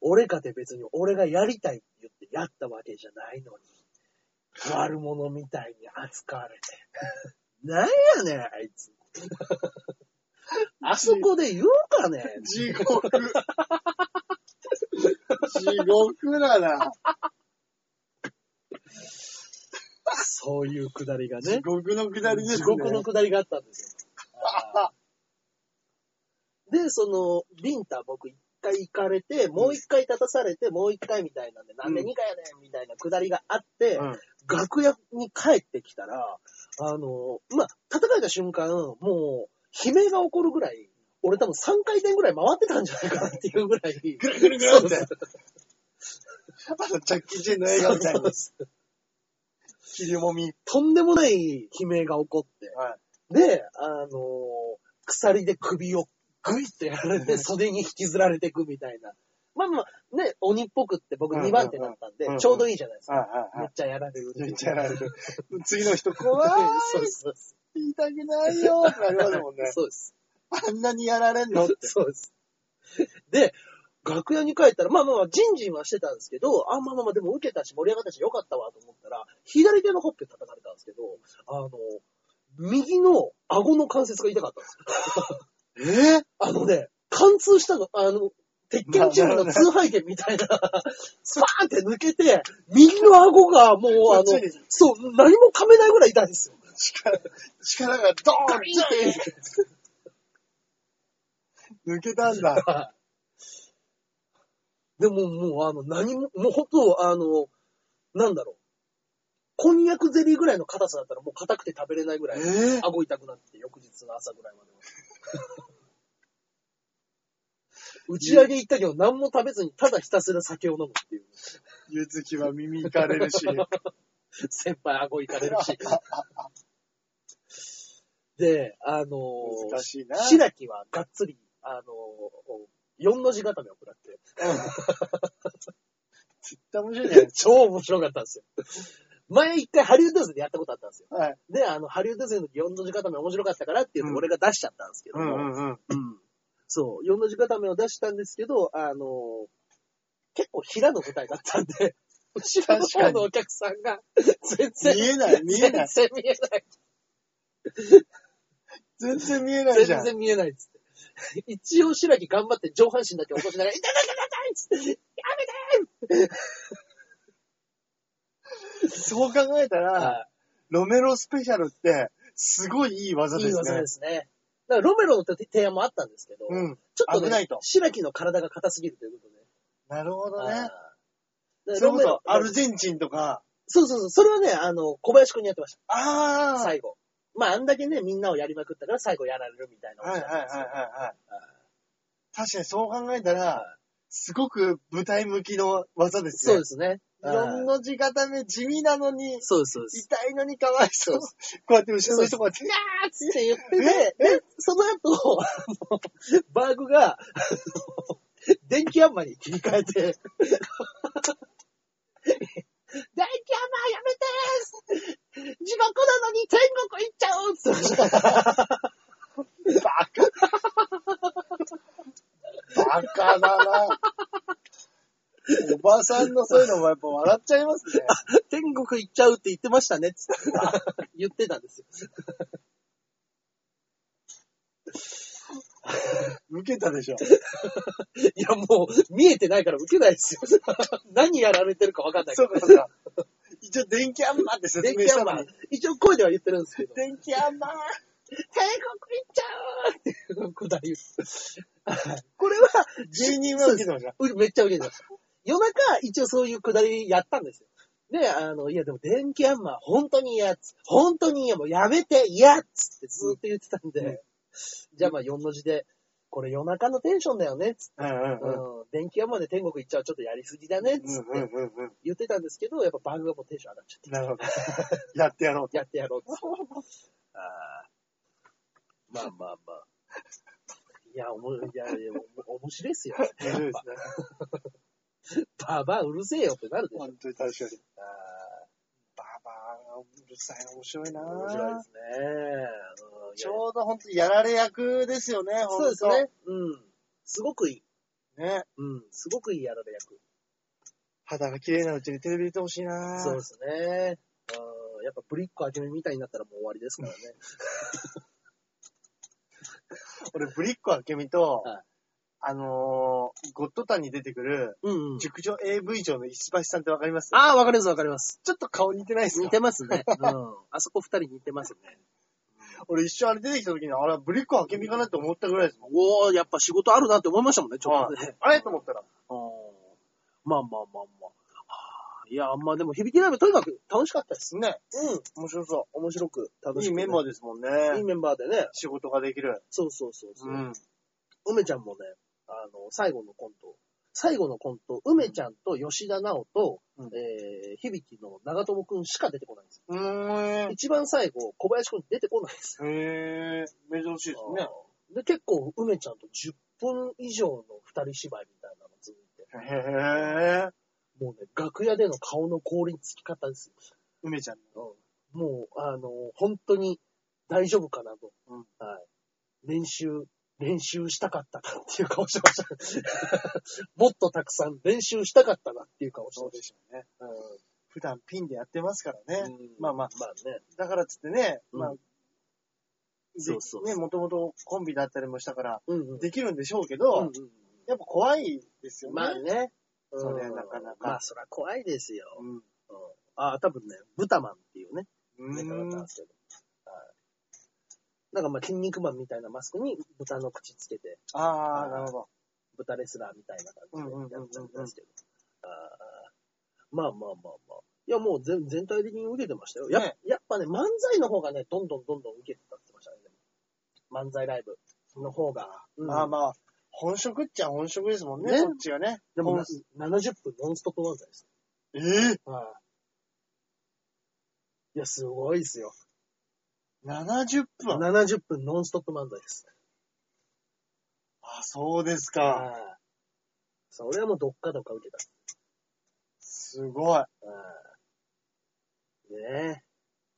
[SPEAKER 1] 俺かて別に俺がやりたいって言ってやったわけじゃないのに、悪者みたいに扱われて、 なんやねん、あい つ。あそこで言うかね
[SPEAKER 2] 地獄。地獄だな。
[SPEAKER 1] そういうくだりが ね
[SPEAKER 2] 地。獄の下りですね。
[SPEAKER 1] 地獄 の下りがあったんですよ。で、その、ビンタ僕一回行かれて、もう一回立たされて、もう一回みたいなんで、なんで二回やねんみたいな下りがあって、
[SPEAKER 2] うん。
[SPEAKER 1] 楽屋に帰ってきたら、あの、まあ、戦えた瞬間、もう、悲鳴が起こるぐらい、俺多分3回転ぐらい回ってたんじゃないかなっていうぐらい。
[SPEAKER 2] ぐるぐるぐる
[SPEAKER 1] そう
[SPEAKER 2] って。あの、チャッキー・チェンの映画みたい
[SPEAKER 1] そう
[SPEAKER 2] に、
[SPEAKER 1] そう
[SPEAKER 2] 切りもみ。
[SPEAKER 1] とんでもない悲鳴が起こって、
[SPEAKER 2] は
[SPEAKER 1] で、あのー鎖で首をグイッとやられて、袖に引きずられていくみたいな。まあまあ、ね、鬼っぽくって僕
[SPEAKER 2] うんうんう
[SPEAKER 1] 2
[SPEAKER 2] ん
[SPEAKER 1] 番手だったんで
[SPEAKER 2] うんう、ん
[SPEAKER 1] ちょうどいいじゃないで
[SPEAKER 2] い。
[SPEAKER 1] すか。
[SPEAKER 2] はい
[SPEAKER 1] め
[SPEAKER 2] は
[SPEAKER 1] っちゃやられる。
[SPEAKER 2] い。めっちゃやられてる。 次の人、
[SPEAKER 1] そう
[SPEAKER 2] 怖い。
[SPEAKER 1] そうそ
[SPEAKER 2] 言いたくないよってなりますもんね
[SPEAKER 1] う。。そうです。
[SPEAKER 2] あんなにやられんの って。
[SPEAKER 1] そうです。で、楽屋に帰ったら、まあまあまあ、ジンジンはしてたんですけど、あ、まあまあまあ、でも受けたし盛り上がったしよかったわと思ったら、左手のほっぺ叩かれたんですけど、あの、右の顎の関節が痛かったんです。
[SPEAKER 2] え
[SPEAKER 1] あのね、貫通したの、あの、鉄拳チームの通販券みたいな、スパーンって抜けて、右の顎がもう、あの
[SPEAKER 2] こっちに、
[SPEAKER 1] そう、何も噛めないぐらい痛いんで すよ。
[SPEAKER 2] 力、力がドーンって抜けたんだ。
[SPEAKER 1] でももう、あの、何も、もうほとあの、なんだろう。こんにゃくゼリーぐらいの硬さだったらもう硬くて食べれないぐらい、
[SPEAKER 2] え
[SPEAKER 1] 顎痛くなって、翌日の朝ぐらいまでは。 打ち上げ行ったけど何も食べずにただひたすら酒を飲むっていう。
[SPEAKER 2] ゆずきは耳いかれる し。
[SPEAKER 1] 先輩顎いかれる し。で、あのー
[SPEAKER 2] 難しいな。
[SPEAKER 1] 白木はがっつり、あのー、4の字固めを食らって、
[SPEAKER 2] 絶対面白いじゃ ないです
[SPEAKER 1] 超面白かったんですよ。前一回ハリウッドズでやったことあったんですよ。
[SPEAKER 2] か。はい。
[SPEAKER 1] で、あの、ハリウッドズの時4の字固め面白かったからっていうの
[SPEAKER 2] う
[SPEAKER 1] を
[SPEAKER 2] ん
[SPEAKER 1] 俺が出しちゃったんですけど
[SPEAKER 2] う
[SPEAKER 1] も、
[SPEAKER 2] んうんうん。
[SPEAKER 1] うんそう、4の字固めを出したんですけど、あのー結構平の舞台だったんで、後ろの方のお客さんが全然
[SPEAKER 2] 見えない、見えない。
[SPEAKER 1] 全然見えない。
[SPEAKER 2] 全然見えないじゃん。
[SPEAKER 1] 全然見えないっつって。一応白木頑張って上半身だけ起こしながら、痛い痛い痛い痛いっつって、
[SPEAKER 2] そう考えたら、
[SPEAKER 1] は
[SPEAKER 2] ロメロスペシャルって、すごいいい技
[SPEAKER 1] い、
[SPEAKER 2] で
[SPEAKER 1] いい
[SPEAKER 2] す
[SPEAKER 1] 技
[SPEAKER 2] ね
[SPEAKER 1] で。すね。だからロメロの提案もあったんですけど、
[SPEAKER 2] うん。
[SPEAKER 1] ちょっとね
[SPEAKER 2] 危ないと
[SPEAKER 1] 白木の体が硬すぎるということで。
[SPEAKER 2] なるほど
[SPEAKER 1] はい
[SPEAKER 2] ね
[SPEAKER 1] だ。から
[SPEAKER 2] そ
[SPEAKER 1] ロ
[SPEAKER 2] う
[SPEAKER 1] メ
[SPEAKER 2] そ
[SPEAKER 1] ロ
[SPEAKER 2] う、、アルゼンチンとか、
[SPEAKER 1] そうそうそう、それはね、あの、小林くんにやってまし
[SPEAKER 2] あ
[SPEAKER 1] た。
[SPEAKER 2] あ、
[SPEAKER 1] 最後。まあ、あんだけね、みんなをやりまくったから最後やられるみたいな。
[SPEAKER 2] はいはいはいはいはい。
[SPEAKER 1] は
[SPEAKER 2] 確かにそう考えた
[SPEAKER 1] は
[SPEAKER 2] ら、すごく舞台向きの技です
[SPEAKER 1] そう
[SPEAKER 2] ね
[SPEAKER 1] で。すね。
[SPEAKER 2] 4の字固め地味なのに、
[SPEAKER 1] そうです、そうです。
[SPEAKER 2] 痛いのにかわいそう。こうやって後ろの人こうやって、
[SPEAKER 1] あーっつって言ってて、で、その後、あのバーグが、あの電気アンマーに切り替えて、電気アンマーやめてー地獄なのに天国行っちゃおうっつってました。
[SPEAKER 2] バカだな。おばさんのそういうのもやっぱ笑っちゃいます ね。
[SPEAKER 1] 天国行っちゃうって言ってましたねっつって言ってたんですよ。
[SPEAKER 2] 受けたでしょ。
[SPEAKER 1] いやもう、見えてないから受けないですよ。何やられてるかわかんないけ
[SPEAKER 2] そ
[SPEAKER 1] ど
[SPEAKER 2] う。かそうか。一応電気アンマーって説
[SPEAKER 1] 電
[SPEAKER 2] 明
[SPEAKER 1] 気
[SPEAKER 2] し
[SPEAKER 1] ア
[SPEAKER 2] た
[SPEAKER 1] ンマ
[SPEAKER 2] の
[SPEAKER 1] ー
[SPEAKER 2] に。、
[SPEAKER 1] 一応声では言ってるんですけど。
[SPEAKER 2] 電気アンマー
[SPEAKER 1] 帝国行っちゃうっていうくだり。これは、
[SPEAKER 2] 芸人は受けてました。
[SPEAKER 1] うめっちゃ受けてました。夜中、一応そういうくだりやったんですよ。で、あの、いやでも電気アンマー本当に嫌っつ、本当に嫌、もうやめて嫌っつってずっと言ってたんで、
[SPEAKER 2] うん
[SPEAKER 1] じゃあまあ4の字で、これ夜中のテンションだよねっつって、
[SPEAKER 2] うんうん
[SPEAKER 1] う。ん、電気アンマーで天国行っちゃうちょっとやりすぎだね
[SPEAKER 2] う
[SPEAKER 1] っ
[SPEAKER 2] ん
[SPEAKER 1] つっ
[SPEAKER 2] うん
[SPEAKER 1] て
[SPEAKER 2] うんうん。
[SPEAKER 1] 言ってたんですけど、やっぱバグがもうテンション上がっちゃって、
[SPEAKER 2] なるほど。 やってやろうと。
[SPEAKER 1] やってやろうっつって。ああ。まあまあまあ。 いや、おも、いや、いやお面白いっすよ。
[SPEAKER 2] 面白いですね。
[SPEAKER 1] バ バアうるせえよってなるでしょ。
[SPEAKER 2] 本当に確かに。
[SPEAKER 1] あ
[SPEAKER 2] ババア、うるさい、面白いな
[SPEAKER 1] あ面白いですね。うん
[SPEAKER 2] ちょうど本当にやられ役ですよね、
[SPEAKER 1] そう
[SPEAKER 2] 本
[SPEAKER 1] です
[SPEAKER 2] 当
[SPEAKER 1] ね。うん。すごくいい。
[SPEAKER 2] ね。
[SPEAKER 1] うん。すごくいいやられ役。
[SPEAKER 2] 肌が綺麗なうちにテレビ出てほしいな
[SPEAKER 1] そうですね。うん。やっぱブリック明美みたいになったらもう終わりですからね。
[SPEAKER 2] 俺、ブリッコ明美と、
[SPEAKER 1] はい
[SPEAKER 2] あのー、ゴッドタンに出てくる、
[SPEAKER 1] うん、うん。
[SPEAKER 2] 塾長 AV 長の石橋さんってわかります
[SPEAKER 1] ああ、わかりますわかります。
[SPEAKER 2] ちょっと顔似てないです
[SPEAKER 1] 似
[SPEAKER 2] か
[SPEAKER 1] てますね。うん。あそこ二人似てますね。
[SPEAKER 2] 俺一瞬あれ出てきた時に、あれ、ブリッコ明美かなって思ったぐらいですもん。
[SPEAKER 1] おー、やっぱ仕事あるなって思いましたもんね、ちょっとね。
[SPEAKER 2] あれと思ったら、
[SPEAKER 1] うんまあまあまあまあ。あーいや、まあでも響きライブとにかく楽しかったです。
[SPEAKER 2] ね、
[SPEAKER 1] うん。
[SPEAKER 2] 面白そ
[SPEAKER 1] 面白く楽
[SPEAKER 2] う。い
[SPEAKER 1] しく
[SPEAKER 2] い
[SPEAKER 1] ね、
[SPEAKER 2] メンバーですもんね。
[SPEAKER 1] いいメンバーでね。
[SPEAKER 2] 仕事ができる。
[SPEAKER 1] そうそうそうそう、
[SPEAKER 2] うん。
[SPEAKER 1] 梅ちゃんもね、あの、最後のコント。最後のコント、梅ちゃんと吉田直と、
[SPEAKER 2] うん
[SPEAKER 1] えー、響きの長友くんしか出てこないんですよ。
[SPEAKER 2] うーん。
[SPEAKER 1] 一番最後、小林くん出てこないんです
[SPEAKER 2] へえ、珍しいです
[SPEAKER 1] よ。
[SPEAKER 2] ね。
[SPEAKER 1] で、結構梅ちゃんと10分以上の二人芝居みたいなの続いて、
[SPEAKER 2] へえ、
[SPEAKER 1] もうね、楽屋での顔の氷につき方ですよ。
[SPEAKER 2] 梅ちゃん。
[SPEAKER 1] うんもう、あの、本当に大丈夫かなと。
[SPEAKER 2] うん
[SPEAKER 1] はい。練習、練習したかったなっていう顔してま した。もっとたくさん練習したかったなっていう顔してまし
[SPEAKER 2] しょうね。
[SPEAKER 1] た。
[SPEAKER 2] 普段ピンでやってますから
[SPEAKER 1] う
[SPEAKER 2] ね
[SPEAKER 1] ん。
[SPEAKER 2] まあまあ、
[SPEAKER 1] まあね。
[SPEAKER 2] だからっつってね、
[SPEAKER 1] うん
[SPEAKER 2] まあ、で
[SPEAKER 1] そうそう
[SPEAKER 2] ね、もともとコンビだったりもしたから、
[SPEAKER 1] うんうん。
[SPEAKER 2] できるんでしょうけ
[SPEAKER 1] う
[SPEAKER 2] ど、
[SPEAKER 1] んうん
[SPEAKER 2] やっぱ怖いですよね。
[SPEAKER 1] まあね。
[SPEAKER 2] そ
[SPEAKER 1] うん
[SPEAKER 2] れなかなか
[SPEAKER 1] まあ、そりゃ怖いですよ。
[SPEAKER 2] うん。
[SPEAKER 1] うんああ、多分ね、ブタマンっていうね、
[SPEAKER 2] う
[SPEAKER 1] メーカーだったん
[SPEAKER 2] ん
[SPEAKER 1] で。すけど。はいなんかまあ、筋肉マンみたいなマスクに豚の口つけて、
[SPEAKER 2] ああ、なるほど。
[SPEAKER 1] 豚レスラーみたいな感じでやっちゃったんですけど。あーまあまあまあまあ。いや、もう全全体的に受けてましたよ。や,、
[SPEAKER 2] ね
[SPEAKER 1] やっぱね、漫才の方がね、どんどんどんどん受けてたって言ってましたね。でも漫才ライブの方が。うん
[SPEAKER 2] まあまあ、本職っちゃ本職ですもんね、
[SPEAKER 1] ね
[SPEAKER 2] こっちがね。
[SPEAKER 1] でも
[SPEAKER 2] 本
[SPEAKER 1] な70分ノンストップ漫才です。
[SPEAKER 2] ええ
[SPEAKER 1] はい。いや、すごいですよ。
[SPEAKER 2] 70分。あ
[SPEAKER 1] 70分ノンストップ漫才です。
[SPEAKER 2] そうですか。
[SPEAKER 1] はいそれはもうどっかどっか受けた。
[SPEAKER 2] すごい。
[SPEAKER 1] はいねえ。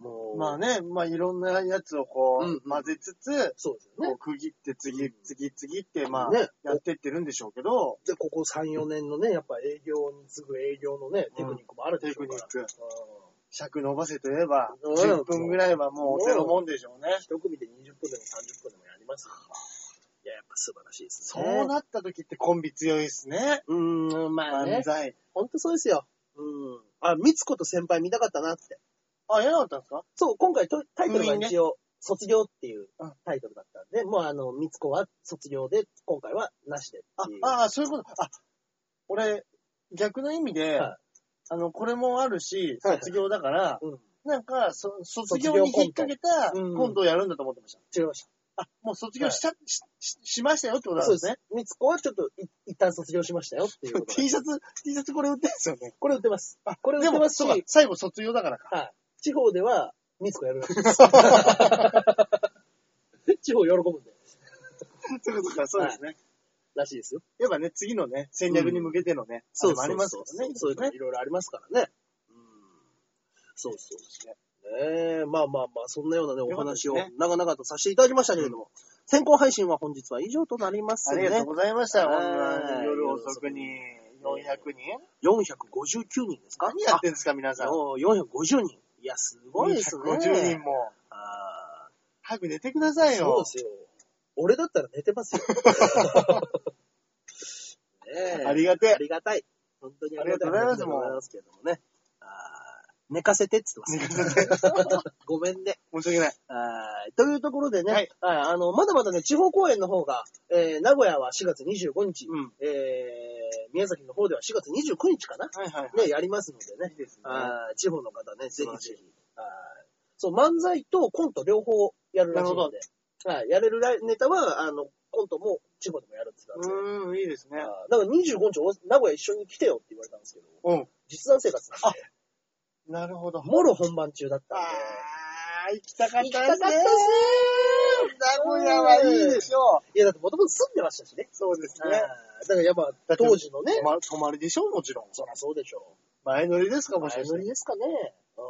[SPEAKER 1] もう。
[SPEAKER 2] まあね、まあいろんなやつをこ
[SPEAKER 1] うんうん
[SPEAKER 2] う、混ぜつつ、
[SPEAKER 1] そうですよ
[SPEAKER 2] こ
[SPEAKER 1] ね
[SPEAKER 2] う。区切って次
[SPEAKER 1] うん、
[SPEAKER 2] 次、次って、まあ
[SPEAKER 1] ね、
[SPEAKER 2] やってってるんでしょうけど、
[SPEAKER 1] で、ここ3、4年のね、やっぱ営業に次ぐ営業のね、テクニックもあるで
[SPEAKER 2] テ
[SPEAKER 1] しょ
[SPEAKER 2] ク
[SPEAKER 1] う
[SPEAKER 2] ニ
[SPEAKER 1] か
[SPEAKER 2] ッ
[SPEAKER 1] ら。
[SPEAKER 2] ク。
[SPEAKER 1] うん
[SPEAKER 2] 尺伸ばせといえば、
[SPEAKER 1] うん
[SPEAKER 2] 10分ぐらいはもうゼロもんでしょうね。
[SPEAKER 1] 一組で20分でも30分でもやりますよいや、やっぱ素晴らしいですね。
[SPEAKER 2] そうなった時ってコンビ強いですね。
[SPEAKER 1] うーん、まあね
[SPEAKER 2] 漫。才。
[SPEAKER 1] ほんとそうですよ。うん。あ、みつこと先輩見たかったなって。
[SPEAKER 2] あ、やらなかったんですか
[SPEAKER 1] そう、今回とタイトルが
[SPEAKER 2] 封印ね
[SPEAKER 1] 一応、卒業っていう
[SPEAKER 2] うん
[SPEAKER 1] タイトルだったんで、もうあの、みつこは卒業で、今回はなしでっていう。
[SPEAKER 2] あ、あ、そういうこと。あ、俺、逆の意味で、
[SPEAKER 1] はい
[SPEAKER 2] あの、これもあるし、
[SPEAKER 1] はい
[SPEAKER 2] 卒業だから、
[SPEAKER 1] うん。
[SPEAKER 2] なんかそ、卒業に引っ掛けた
[SPEAKER 1] 卒業コントうん
[SPEAKER 2] 今度をやるんだと思ってました。
[SPEAKER 1] 違いました。
[SPEAKER 2] あ、もう卒業しちゃ、しししましたよってことなん
[SPEAKER 1] そう
[SPEAKER 2] で
[SPEAKER 1] ですすね
[SPEAKER 2] ね。。
[SPEAKER 1] みつこはちょっとい、一旦卒業しましたよっていうことで
[SPEAKER 2] T シャツ、T シャツこれ売ってんすよね。
[SPEAKER 1] これ売ってます。
[SPEAKER 2] あ
[SPEAKER 1] これ売
[SPEAKER 2] で
[SPEAKER 1] って
[SPEAKER 2] も、
[SPEAKER 1] ます
[SPEAKER 2] そうか
[SPEAKER 1] し、、
[SPEAKER 2] 最後卒業だからか。
[SPEAKER 1] はい。地方では、みつこやるらしいです。地方喜ぶんで。
[SPEAKER 2] そういうことか、そうですね。
[SPEAKER 1] らしいですよ。
[SPEAKER 2] やっぱね、次のね、戦略に向けてのね、あれもありますからね。
[SPEAKER 1] そういうの
[SPEAKER 2] ね
[SPEAKER 1] もい。ろいろありますからね。うん。そうそうですね。ねえ、まあまあまあ、そんなようなね、お
[SPEAKER 2] よかったで
[SPEAKER 1] 話
[SPEAKER 2] す
[SPEAKER 1] を
[SPEAKER 2] ね
[SPEAKER 1] 長々とさせていただきましたけれども、先行配信は本日は以上となります
[SPEAKER 2] あり
[SPEAKER 1] ね。
[SPEAKER 2] がとうございました。
[SPEAKER 1] はい
[SPEAKER 2] 本当に夜遅くに
[SPEAKER 1] 夜遅
[SPEAKER 2] 400人
[SPEAKER 1] 459人ですか
[SPEAKER 2] 何やってんですか、皆さん。
[SPEAKER 1] あもう ?450 人。いや、すごいですね。
[SPEAKER 2] 50人も。
[SPEAKER 1] あ
[SPEAKER 2] 早く寝てくださ
[SPEAKER 1] ー
[SPEAKER 2] い
[SPEAKER 1] そう
[SPEAKER 2] よ。
[SPEAKER 1] ですよ。俺だったら寝 てますよ。ねえ
[SPEAKER 2] ありがてえ
[SPEAKER 1] ありがたい。本当にありがたい。
[SPEAKER 2] ありがとうございます
[SPEAKER 1] ありがとうございますけれどもね。あー寝かせてって言ってます。ごめんね。
[SPEAKER 2] 申し訳ない。
[SPEAKER 1] はい。というところでね、は
[SPEAKER 2] はいい、
[SPEAKER 1] あの、まだまだね、地方公演の方が、えー、名古屋は4月25日、
[SPEAKER 2] うん。
[SPEAKER 1] えー、宮崎の方では4月29日かな、
[SPEAKER 2] はいはい。
[SPEAKER 1] ね、やりますので
[SPEAKER 2] い
[SPEAKER 1] ね
[SPEAKER 2] い、ですね。
[SPEAKER 1] あー地方の方ね、
[SPEAKER 2] 素
[SPEAKER 1] ぜ
[SPEAKER 2] 晴ら
[SPEAKER 1] ひ
[SPEAKER 2] しい
[SPEAKER 1] ぜひ、はいそう、漫才とコント両方やるらしいので、はい、やれるライネタは、あの、コントも地方でもやるって言ってたんです
[SPEAKER 2] うーん、いいです
[SPEAKER 1] け
[SPEAKER 2] ね
[SPEAKER 1] ど、。あーだから25日、お名古屋一緒に来てよって言われたんですけど、
[SPEAKER 2] うん。
[SPEAKER 1] 実弾生活なんで、
[SPEAKER 2] なるほど。
[SPEAKER 1] もろ本番中だったんで、
[SPEAKER 2] あー、行きたかった
[SPEAKER 1] 行きたかったっすね
[SPEAKER 2] 名古屋はいいでしょう。
[SPEAKER 1] いや、だってもともと住んでましたしね。
[SPEAKER 2] そうです
[SPEAKER 1] ね。だからやっぱ、
[SPEAKER 2] って
[SPEAKER 1] 当時のね
[SPEAKER 2] 泊、ま泊まりでしょう、もちろん。
[SPEAKER 1] そりゃそうでしょ
[SPEAKER 2] 前乗りです
[SPEAKER 1] う。
[SPEAKER 2] か、もしかして
[SPEAKER 1] 前乗り。ですかね。うん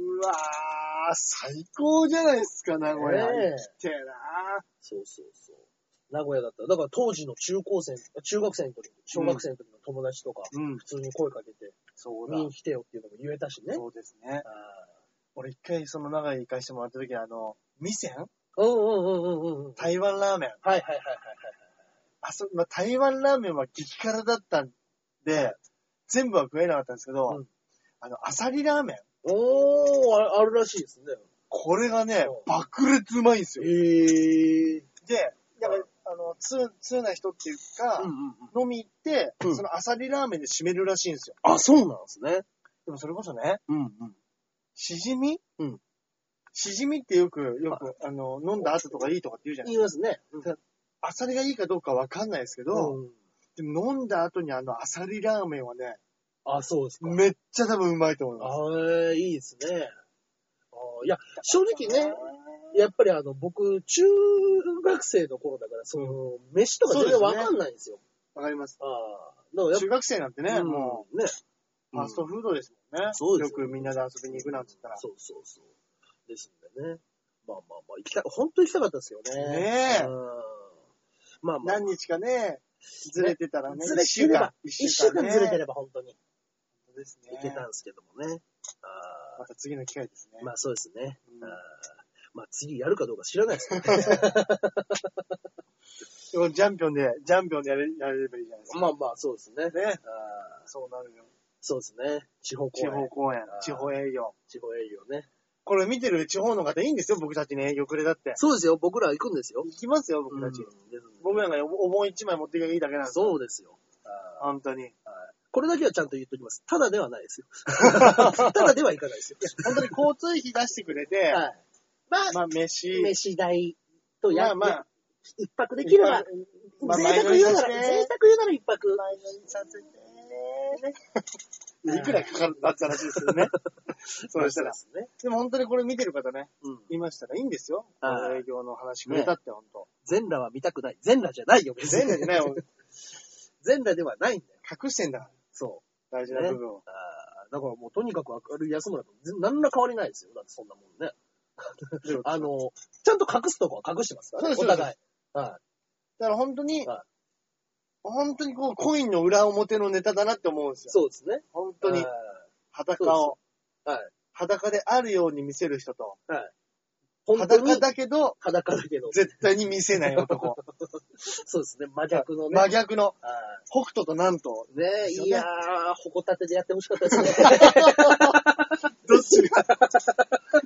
[SPEAKER 2] うわー、最高じゃないですか、名古屋。
[SPEAKER 1] ねえ
[SPEAKER 2] 行きてえな
[SPEAKER 1] そうそうそう。名古屋だったら、だから当時の中高生、中学生の時、小学生の時の友達とか、
[SPEAKER 2] うん
[SPEAKER 1] 普、通に声かけて、
[SPEAKER 2] そうだ
[SPEAKER 1] 見。に来てよっていうのも言えたしね。
[SPEAKER 2] そうですね。
[SPEAKER 1] あ
[SPEAKER 2] 俺一回その名古屋行かしてもらった時、あの、味仙
[SPEAKER 1] ーうんうんうんうんうんうん。
[SPEAKER 2] 台湾ラーメン。
[SPEAKER 1] はいはいはいはいはい。
[SPEAKER 2] あそ、まあ、台湾ラーメンは激辛だったんで、全部は食えなかったんですけど、
[SPEAKER 1] うん
[SPEAKER 2] あの、アサリラーメン。
[SPEAKER 1] おー、ああるらしいですね。
[SPEAKER 2] これがね
[SPEAKER 1] うん、
[SPEAKER 2] 爆裂うまいんですよ。
[SPEAKER 1] へえー。
[SPEAKER 2] で、だか
[SPEAKER 1] う
[SPEAKER 2] ら、あの、通、通な人っていうか、
[SPEAKER 1] うんうんうん。
[SPEAKER 2] 飲み行って、
[SPEAKER 1] うん
[SPEAKER 2] そのアサリラーメンで締めるらしいんですよ。
[SPEAKER 1] あ、そうなんですね。
[SPEAKER 2] でもそれこそね、
[SPEAKER 1] うんうん。
[SPEAKER 2] しじみ
[SPEAKER 1] うん。
[SPEAKER 2] しじみってよく、よく、あの、飲んだ後とかいいとかって言うじゃない
[SPEAKER 1] 言いますね。うん
[SPEAKER 2] ですか。アサリがいいかどうかわかんないですけど、
[SPEAKER 1] うん
[SPEAKER 2] でも飲んだ後にあのアサリラーメンはね、
[SPEAKER 1] あ、そうですか。
[SPEAKER 2] めっちゃ多分うまいと思います。
[SPEAKER 1] ああ、いいですね。あーいや、正直ね、やっぱりあの、僕、中学生の頃だから、その、飯とか全然わかんないんですよ。
[SPEAKER 2] わかります。
[SPEAKER 1] ああ、だからやっ
[SPEAKER 2] 中学生なんてね、
[SPEAKER 1] ぱ、
[SPEAKER 2] も
[SPEAKER 1] うん、ね。
[SPEAKER 2] う、ファストフードですもんね。
[SPEAKER 1] そうです
[SPEAKER 2] よくみんなで遊びに行くなんて言ったら。
[SPEAKER 1] そうそうそう。ですんでね。まあまあまあ、行きたい、本当に行きたかったですよね。
[SPEAKER 2] ねえ
[SPEAKER 1] うん。まあまあ、
[SPEAKER 2] 何日かね、ずれてたらね、
[SPEAKER 1] ずれてれば、一
[SPEAKER 2] 一
[SPEAKER 1] 週
[SPEAKER 2] 週間
[SPEAKER 1] 間
[SPEAKER 2] ね
[SPEAKER 1] ずれてれば本当に
[SPEAKER 2] ですね
[SPEAKER 1] 行けたんですけどもね。あ
[SPEAKER 2] また次の機会ですね。
[SPEAKER 1] あ、まあそうですね。
[SPEAKER 2] うん
[SPEAKER 1] ああまあ次やるかどうか知らないですけど
[SPEAKER 2] でもジャンピオンで、ジャンピオンでやれやれればいいじゃないですか。
[SPEAKER 1] まあまあ、そうですね。
[SPEAKER 2] ね。
[SPEAKER 1] ああ
[SPEAKER 2] そうなるよ。
[SPEAKER 1] そうですね。地方公
[SPEAKER 2] 地
[SPEAKER 1] 演。地
[SPEAKER 2] 方
[SPEAKER 1] 方
[SPEAKER 2] 公演
[SPEAKER 1] あー、
[SPEAKER 2] 地方営業。
[SPEAKER 1] 営業ね。
[SPEAKER 2] これ見てる地方の方いいんですよ、僕たちね、よくれだって。
[SPEAKER 1] そうですよ。僕ら行くんですよ。
[SPEAKER 2] 行きますよ、
[SPEAKER 1] 僕
[SPEAKER 2] 僕
[SPEAKER 1] た
[SPEAKER 2] た
[SPEAKER 1] ち。
[SPEAKER 2] ち。
[SPEAKER 1] ですね
[SPEAKER 2] 僕なんかお盆一枚持っていけばいいだけなんですよ。
[SPEAKER 1] そうですよ。あ
[SPEAKER 2] 本当に。
[SPEAKER 1] ーはいこれだけはちゃんと言っときます。ただではない ですよ。ただではいかないですよ。
[SPEAKER 2] 本当に交通費出してくれて、
[SPEAKER 1] はい。まあ、
[SPEAKER 2] まあ飯、
[SPEAKER 1] 飯代と
[SPEAKER 2] ま
[SPEAKER 1] や、
[SPEAKER 2] あま
[SPEAKER 1] や
[SPEAKER 2] あ、
[SPEAKER 1] 一泊できれば、
[SPEAKER 2] 一まあ
[SPEAKER 1] 贅沢言うな
[SPEAKER 2] 前乗りさせ
[SPEAKER 1] ら、
[SPEAKER 2] て
[SPEAKER 1] 贅沢言うなら一泊。
[SPEAKER 2] させてね。いくらかかるんだって話です よね。そうしたら。
[SPEAKER 1] そうですね。
[SPEAKER 2] でも本当にこれ見てる方ね、
[SPEAKER 1] うん。
[SPEAKER 2] いましたらいいんですよ。こ
[SPEAKER 1] はい
[SPEAKER 2] の営業の話くれたって本当。
[SPEAKER 1] 全裸は見たくない。全裸じゃないよ、別に
[SPEAKER 2] 全然ね、俺
[SPEAKER 1] 全裸ではないんだよ。
[SPEAKER 2] 隠してん だか
[SPEAKER 1] そう。
[SPEAKER 2] ら、大事な部分を。
[SPEAKER 1] あーだからもうとにかく明るい安村と全何ら変わりないですよ。だってそんなもんね。あの、ちゃんと隠すとこは隠してますからね、
[SPEAKER 2] そ
[SPEAKER 1] お
[SPEAKER 2] うですそう
[SPEAKER 1] 互い
[SPEAKER 2] で。
[SPEAKER 1] は
[SPEAKER 2] だから本当に
[SPEAKER 1] はい、
[SPEAKER 2] 本当にこう、コインの裏表のネタだなって思うんです
[SPEAKER 1] い。
[SPEAKER 2] よ。
[SPEAKER 1] そうですね。
[SPEAKER 2] 本当に
[SPEAKER 1] は。
[SPEAKER 2] 裸を、
[SPEAKER 1] い。はい。
[SPEAKER 2] 裸であるように見せる人と、
[SPEAKER 1] はい本当
[SPEAKER 2] 裸
[SPEAKER 1] に
[SPEAKER 2] だけど、
[SPEAKER 1] 裸だけど。
[SPEAKER 2] 絶対に見せない 男。
[SPEAKER 1] そうですね、真逆のね。
[SPEAKER 2] 真逆の、
[SPEAKER 1] は
[SPEAKER 2] 北斗と南 東。
[SPEAKER 1] いねえ、
[SPEAKER 2] ですよ
[SPEAKER 1] い
[SPEAKER 2] ね
[SPEAKER 1] やー、ほこたてでやってほしかったですね。
[SPEAKER 2] どっちが、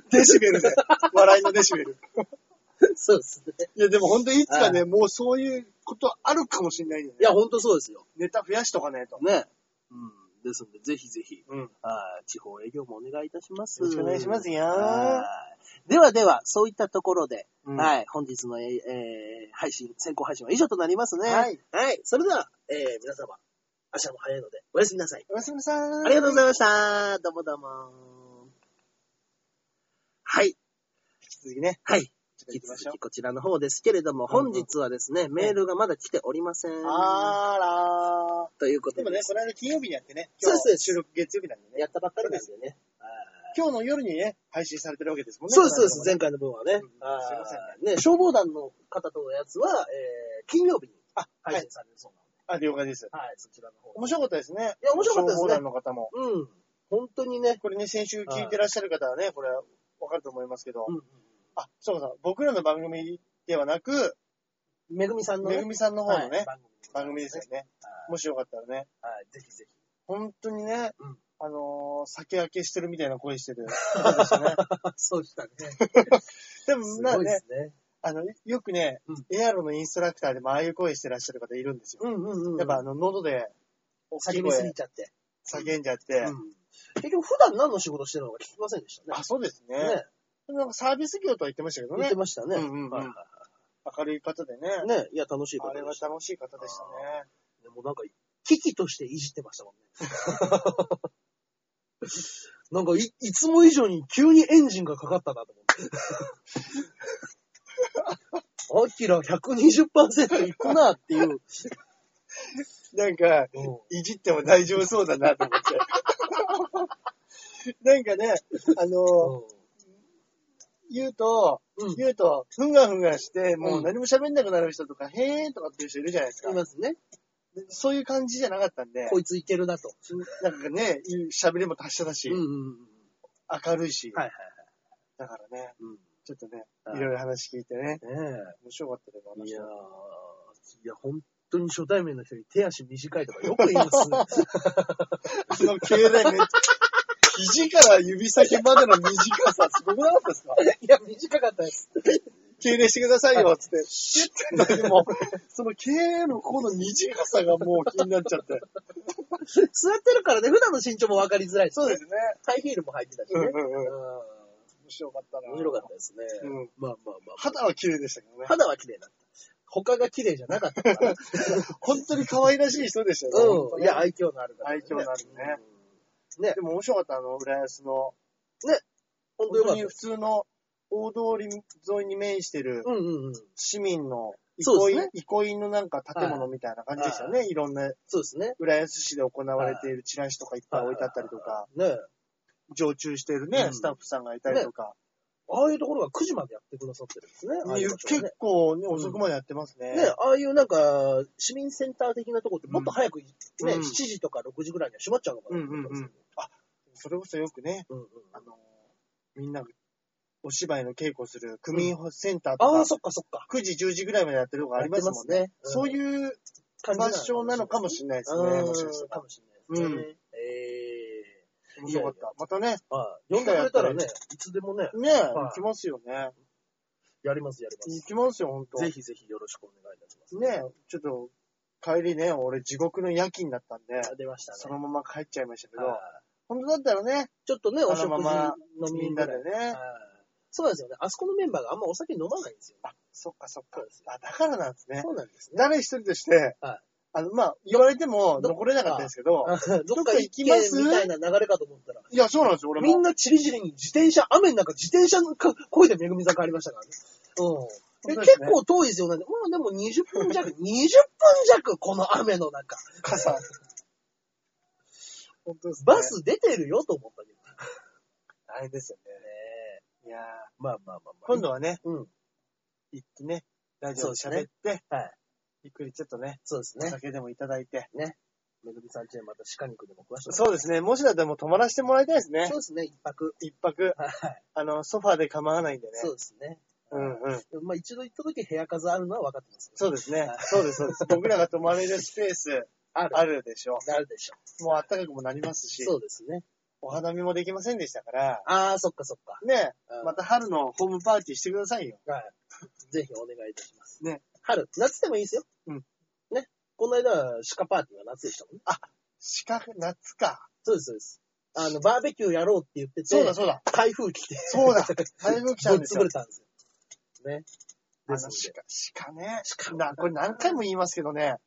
[SPEAKER 2] デシベルで。笑いのデシベル。
[SPEAKER 1] そうですね。
[SPEAKER 2] いや、でも本当にいつか
[SPEAKER 1] は
[SPEAKER 2] ね、もうそういうことあるかもしれないよね。
[SPEAKER 1] いや、ほんとそうですよ。
[SPEAKER 2] ネタ増やしとかないと。
[SPEAKER 1] ね。うん。ですんで、ぜひぜひ、
[SPEAKER 2] うん。よ
[SPEAKER 1] はい地方営業もお願いいたします。
[SPEAKER 2] ろしくお願いしますよ。
[SPEAKER 1] はいではでは、そういったところで、
[SPEAKER 2] うん
[SPEAKER 1] はい、本日の、えーえー配信、先行配信は以上となりますね。
[SPEAKER 2] はい。
[SPEAKER 1] はい、それでは、えー皆様、明日も早いので、おやすみなさい。
[SPEAKER 2] おやすみなさい。
[SPEAKER 1] ありがとうございました。どうもどうも。はい、
[SPEAKER 2] 引き続きね、
[SPEAKER 1] はい。
[SPEAKER 2] ちょっと行
[SPEAKER 1] 引き
[SPEAKER 2] きま
[SPEAKER 1] 続
[SPEAKER 2] しょう
[SPEAKER 1] き。こちらの方ですけれども、本日はですね、メールがまだ来ておりません。
[SPEAKER 2] あら
[SPEAKER 1] というこ
[SPEAKER 2] ー。
[SPEAKER 1] と
[SPEAKER 2] でも
[SPEAKER 1] で、
[SPEAKER 2] ね、この間金曜日にやってね、
[SPEAKER 1] そうですそう
[SPEAKER 2] 今
[SPEAKER 1] で
[SPEAKER 2] 日
[SPEAKER 1] す
[SPEAKER 2] 収録月曜日なんでね
[SPEAKER 1] や、ったばっかりですよね。
[SPEAKER 2] 今日の夜にね、配信されてるわけですもんね。
[SPEAKER 1] そうです、そうです。
[SPEAKER 2] 全
[SPEAKER 1] 前回の分はね
[SPEAKER 2] うん。
[SPEAKER 1] あー
[SPEAKER 2] すいません
[SPEAKER 1] ね、消防団の方とのやつは、えー金曜日に
[SPEAKER 2] あ
[SPEAKER 1] 配信されるそう
[SPEAKER 2] あ、了解です。
[SPEAKER 1] なので、はい、そちらの方。
[SPEAKER 2] 面白かったですね。
[SPEAKER 1] いや面白かったです
[SPEAKER 2] 消防
[SPEAKER 1] ね
[SPEAKER 2] 団の方も。
[SPEAKER 1] うん。本当にね。
[SPEAKER 2] これね、先週聞いてらっしゃる方はね、これはわかると思いますけど、
[SPEAKER 1] うんうん
[SPEAKER 2] あ、そうかそう、僕らの番組ではなく、
[SPEAKER 1] めぐみさんのね、
[SPEAKER 2] めぐみさんの方のね、
[SPEAKER 1] はい
[SPEAKER 2] 番組ですよ。ね。
[SPEAKER 1] はい
[SPEAKER 2] もしよかったらね、
[SPEAKER 1] はい、ぜひぜひ。
[SPEAKER 2] 本当にね、
[SPEAKER 1] うん
[SPEAKER 2] あのー酒明けしてるみたいな声して る方でしたね。
[SPEAKER 1] そうしたね。
[SPEAKER 2] でも、
[SPEAKER 1] す
[SPEAKER 2] な
[SPEAKER 1] ご
[SPEAKER 2] ん
[SPEAKER 1] い
[SPEAKER 2] か
[SPEAKER 1] で
[SPEAKER 2] ね、
[SPEAKER 1] すね。
[SPEAKER 2] あの、よくね、
[SPEAKER 1] うん
[SPEAKER 2] エアロのインストラクターでもああいう声してらっしゃる方いるんですよ。
[SPEAKER 1] うんうんうん。
[SPEAKER 2] やっぱあ、の、喉で
[SPEAKER 1] 叫びすぎちゃって。
[SPEAKER 2] 叫んじゃって、
[SPEAKER 1] うん結局、普段何の仕事してるのか聞きませんでしたね
[SPEAKER 2] あ、。そうですね。
[SPEAKER 1] ね。
[SPEAKER 2] なんかサービス業とは言ってましたけど
[SPEAKER 1] 言っ
[SPEAKER 2] ね
[SPEAKER 1] て。ましたね。
[SPEAKER 2] うんうんうん
[SPEAKER 1] はいはい
[SPEAKER 2] 明るい方でね。
[SPEAKER 1] はいね、いや、楽しいこ
[SPEAKER 2] あ
[SPEAKER 1] とで
[SPEAKER 2] れは
[SPEAKER 1] した。
[SPEAKER 2] 楽しい方でしたね。
[SPEAKER 1] でもなんか、危機としていじってま したもんね。なんかい、いつも以上に急にエンジンがかかったなと思って。アキラ120%いくなっていう。
[SPEAKER 2] なんか、いじっても大丈夫そうだなと思って。 なんかね、あの、言うと、
[SPEAKER 1] うん
[SPEAKER 2] 言うと、ふんがふんがして、もううん何も喋んなくなる人とか、へーとかっていう人いるじゃないですか
[SPEAKER 1] い。ますね。
[SPEAKER 2] でそういう感じじゃなかったんで、
[SPEAKER 1] こいついけるなと。
[SPEAKER 2] なんかね、喋りも達者だし、
[SPEAKER 1] うんうんうん。
[SPEAKER 2] 明るいし、
[SPEAKER 1] はいはいはい。
[SPEAKER 2] だからね、
[SPEAKER 1] うん
[SPEAKER 2] ちょっとね
[SPEAKER 1] は、い
[SPEAKER 2] いろいろ話聞いてね、
[SPEAKER 1] ね
[SPEAKER 2] 面白かったで
[SPEAKER 1] え。い
[SPEAKER 2] す
[SPEAKER 1] やー
[SPEAKER 2] 話は、
[SPEAKER 1] いや、本当に初対面の人に手足短いとかよく言いますね。
[SPEAKER 2] その経済めっちゃ、肘から指先までの短さ、すごくなかったですか
[SPEAKER 1] いや、短かったです。
[SPEAKER 2] 敬礼してくださいよ、つって。言ってんのにも、その敬礼のこの短さがもう気になっちゃって。
[SPEAKER 1] 座ってるからね、普段の身長も分かりづらいしね、
[SPEAKER 2] ね。
[SPEAKER 1] ハイヒールも履いてたしね。
[SPEAKER 2] うんうんうん。
[SPEAKER 1] う
[SPEAKER 2] 面白かったな。
[SPEAKER 1] ん面白かったですね。
[SPEAKER 2] うん
[SPEAKER 1] まあまあまあ。
[SPEAKER 2] 肌は綺麗でしたけどね。
[SPEAKER 1] 肌は綺麗だった。他が綺麗じゃなかったから。
[SPEAKER 2] 本当に可愛らしい人でしたよね本当
[SPEAKER 1] うん。
[SPEAKER 2] ね。
[SPEAKER 1] いや、愛嬌のあるから、
[SPEAKER 2] 愛嬌のあるね
[SPEAKER 1] うん。ね
[SPEAKER 2] で、も面白かった、あの、浦安の。
[SPEAKER 1] 本当
[SPEAKER 2] 本
[SPEAKER 1] よか
[SPEAKER 2] 当
[SPEAKER 1] った
[SPEAKER 2] に
[SPEAKER 1] で
[SPEAKER 2] 普
[SPEAKER 1] す。
[SPEAKER 2] 通の大通り沿いに面してる
[SPEAKER 1] うんうんうん。
[SPEAKER 2] 市民の
[SPEAKER 1] そう
[SPEAKER 2] 憩い,、
[SPEAKER 1] ですね
[SPEAKER 2] 憩いのなんか建物みたいな感じでしたよね。いろんな
[SPEAKER 1] そうですね。
[SPEAKER 2] 浦安市で行われているチラシとかいっぱい置いてあったりとか、
[SPEAKER 1] ねえ
[SPEAKER 2] 常駐しているね、
[SPEAKER 1] うん
[SPEAKER 2] スタッフさんがいたりとか。
[SPEAKER 1] ああいうところが9時までやってくださってるんですね。ああいう場所はね
[SPEAKER 2] 結構ね、遅くまでやってますね。
[SPEAKER 1] ね、ああいうなんか、市民センター的なとこってもっと早く、ね、
[SPEAKER 2] うん
[SPEAKER 1] 7時とか6時ぐらいには閉まっちゃうのかなと思ったんですけど。
[SPEAKER 2] それこそよくね、
[SPEAKER 1] うんうん
[SPEAKER 2] あの、みんなお芝居の稽古する区民センターと
[SPEAKER 1] あ
[SPEAKER 2] か、
[SPEAKER 1] あ、そっかそっか。
[SPEAKER 2] 9時、10時ぐらいまでやってるとこありますもんね。
[SPEAKER 1] やってますねうん
[SPEAKER 2] そういう場所なのかもしれないですね。もしかし
[SPEAKER 1] う
[SPEAKER 2] た
[SPEAKER 1] んからもしれないですね。
[SPEAKER 2] う
[SPEAKER 1] え
[SPEAKER 2] 面白かっ
[SPEAKER 1] いやいや
[SPEAKER 2] た。またね、
[SPEAKER 1] えああ呼んでくれたらね、いつでもね、
[SPEAKER 2] ね、
[SPEAKER 1] はい
[SPEAKER 2] 行きますよね。
[SPEAKER 1] やります、やりま
[SPEAKER 2] 行きますよ、ほんと。
[SPEAKER 1] す。ぜひぜひよろしくお願いいたします。
[SPEAKER 2] ね、ちょっと、帰りね、俺地獄の夜勤だったんで、
[SPEAKER 1] あ出ましたね。
[SPEAKER 2] そのまま帰っちゃいましたけど、
[SPEAKER 1] はい
[SPEAKER 2] 本当だったらね、
[SPEAKER 1] ちょっとね、お
[SPEAKER 2] そ
[SPEAKER 1] 食
[SPEAKER 2] のま
[SPEAKER 1] 事
[SPEAKER 2] ま
[SPEAKER 1] 飲み
[SPEAKER 2] みんなでね
[SPEAKER 1] はい。そうなんですよね。あそこのメンバーがあんまお酒飲まないんですよね。
[SPEAKER 2] そっかそっ
[SPEAKER 1] そ
[SPEAKER 2] か
[SPEAKER 1] うです。
[SPEAKER 2] あ、だからなんですね。
[SPEAKER 1] そうなんですね。
[SPEAKER 2] 誰一人として、
[SPEAKER 1] はい
[SPEAKER 2] あの、まあ、言われても
[SPEAKER 1] ど
[SPEAKER 2] 残れなかったんですけど、
[SPEAKER 1] ど
[SPEAKER 2] か
[SPEAKER 1] っか
[SPEAKER 2] 行き
[SPEAKER 1] 行き
[SPEAKER 2] ま
[SPEAKER 1] ますすみたいな流れかと思ったら、
[SPEAKER 2] いや、そうなんですよ、俺も。
[SPEAKER 1] みんなチリチリに自転車、雨の中自転車のか声でめぐみさん帰りましたからね。うん。
[SPEAKER 2] 本
[SPEAKER 1] で
[SPEAKER 2] 当です
[SPEAKER 1] 結
[SPEAKER 2] ね
[SPEAKER 1] 構遠いですよね。もうでも20分弱、20分弱、この雨の中。
[SPEAKER 2] 傘。本当ですね。
[SPEAKER 1] バス出てるよと思ったけど。ね
[SPEAKER 2] あれですよね。
[SPEAKER 1] え
[SPEAKER 2] いやー
[SPEAKER 1] まあまあまあまあ。
[SPEAKER 2] 今度はね、
[SPEAKER 1] うん。
[SPEAKER 2] 行ってね、ラジオで
[SPEAKER 1] そうで
[SPEAKER 2] 喋って、
[SPEAKER 1] はい。
[SPEAKER 2] ゆっくりちょっとね、
[SPEAKER 1] そうです
[SPEAKER 2] お
[SPEAKER 1] ね。
[SPEAKER 2] 酒でもいただいて、
[SPEAKER 1] ねめぐみさんちでまた鹿肉でも食わして
[SPEAKER 2] そうですね。もしだったらもう泊まらせてもらいたいです
[SPEAKER 1] ね。
[SPEAKER 2] ね
[SPEAKER 1] そう。ですね、一泊。
[SPEAKER 2] 一泊。
[SPEAKER 1] はい。
[SPEAKER 2] あの、ソファーで構わないんでね。
[SPEAKER 1] そうですね。
[SPEAKER 2] うんうん。
[SPEAKER 1] でもまあ一度行った時部屋数あるのは分かってますけど。
[SPEAKER 2] そうですね
[SPEAKER 1] はい。
[SPEAKER 2] そうです、そうです。 僕らが泊まれるスペース
[SPEAKER 1] ある。
[SPEAKER 2] あるでしょ
[SPEAKER 1] なるでしょ
[SPEAKER 2] う。もう暖かくもなりますし、
[SPEAKER 1] そうですね。
[SPEAKER 2] お花見もできませんでしたから、
[SPEAKER 1] ああ、そっかそっか。
[SPEAKER 2] ね、
[SPEAKER 1] うん
[SPEAKER 2] また春のホームパーティーしてくださいよ。
[SPEAKER 1] はい。ぜひお願いいたします。
[SPEAKER 2] ね。
[SPEAKER 1] 春、夏でもいいですよ。
[SPEAKER 2] うん。
[SPEAKER 1] ね。この間は鹿パーティーは夏でしたもんね。
[SPEAKER 2] 鹿、夏か。
[SPEAKER 1] そうです、そうです。あの、バーベキューやろうって言ってて、
[SPEAKER 2] そうだ、そうだ。
[SPEAKER 1] 台風来て、
[SPEAKER 2] そう だ。台風来た
[SPEAKER 1] ぶ
[SPEAKER 2] ん
[SPEAKER 1] っ
[SPEAKER 2] です
[SPEAKER 1] 潰
[SPEAKER 2] よ
[SPEAKER 1] れ。たんですよ。ね。
[SPEAKER 2] あの
[SPEAKER 1] ですんで
[SPEAKER 2] 鹿、鹿ね。
[SPEAKER 1] 鹿
[SPEAKER 2] な、これ何回も言いますけどね、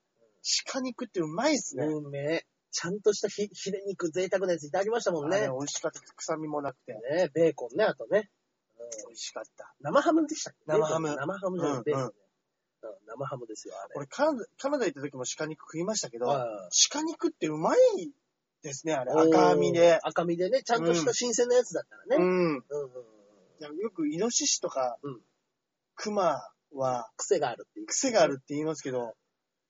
[SPEAKER 2] 鹿肉ってうまいっすね。
[SPEAKER 1] うめえ。ちゃんとしたひ、ひれ肉、贅沢なやついただきましたもん
[SPEAKER 2] あれ
[SPEAKER 1] ね。
[SPEAKER 2] 美味しかった。臭みもなくて。
[SPEAKER 1] ねベーコンね、あとね。
[SPEAKER 2] 美味しかった。
[SPEAKER 1] 生ハムでしたっけ
[SPEAKER 2] 生ハム
[SPEAKER 1] ベーコン生ハムじゃなくて、
[SPEAKER 2] うんうん
[SPEAKER 1] うん生ハムですよ、あれ。
[SPEAKER 2] 俺、カナダ、カナダ行った時も鹿肉食いましたけど、
[SPEAKER 1] あ
[SPEAKER 2] 鹿肉ってうまいですね、あれ。
[SPEAKER 1] ー
[SPEAKER 2] 赤身で。。
[SPEAKER 1] 赤身でね、ちゃんとした新鮮なやつだったら
[SPEAKER 2] う
[SPEAKER 1] ね。
[SPEAKER 2] ん。
[SPEAKER 1] うんうんうん、
[SPEAKER 2] よくイノシシとか、
[SPEAKER 1] うん
[SPEAKER 2] クマは
[SPEAKER 1] 癖があるっていう。
[SPEAKER 2] 癖があるって言いますけど、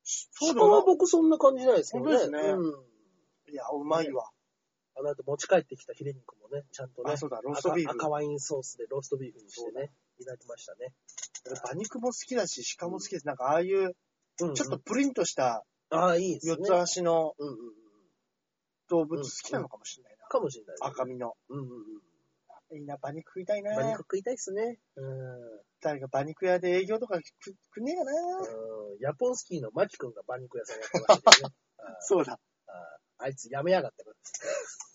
[SPEAKER 2] そうで
[SPEAKER 1] 人は
[SPEAKER 2] もな
[SPEAKER 1] 僕そんな感じないですけどね。
[SPEAKER 2] 本当ですね
[SPEAKER 1] うん。
[SPEAKER 2] いや、うまいわ。
[SPEAKER 1] あの後持ち帰ってきたヒレ肉もね、ちゃんとね
[SPEAKER 2] あ、、そうだ、ローストビー
[SPEAKER 1] 赤
[SPEAKER 2] フ。
[SPEAKER 1] 赤ワインソースでローストビーフにしてね、いただきましたね。
[SPEAKER 2] 馬肉も好きだし、鹿も好きです。なんかああいう、
[SPEAKER 1] うんうん
[SPEAKER 2] ちょっとプリンとした
[SPEAKER 1] ああ、いいですね。
[SPEAKER 2] 四つ足の
[SPEAKER 1] うんうんうん。
[SPEAKER 2] 動物好きなのかもしれないな。
[SPEAKER 1] かもしれない、
[SPEAKER 2] 赤。身の。
[SPEAKER 1] うんうんうん。
[SPEAKER 2] いいな、馬肉食いたいな。
[SPEAKER 1] 馬肉食いたいっすね。うん。
[SPEAKER 2] 誰か馬肉屋で営業とかくくんねえかな。
[SPEAKER 1] うんヤポンスキーのマキ君が馬肉屋さんやってましたけ どね。あ
[SPEAKER 2] そうだ。
[SPEAKER 1] ーあーあいつやめやがったから。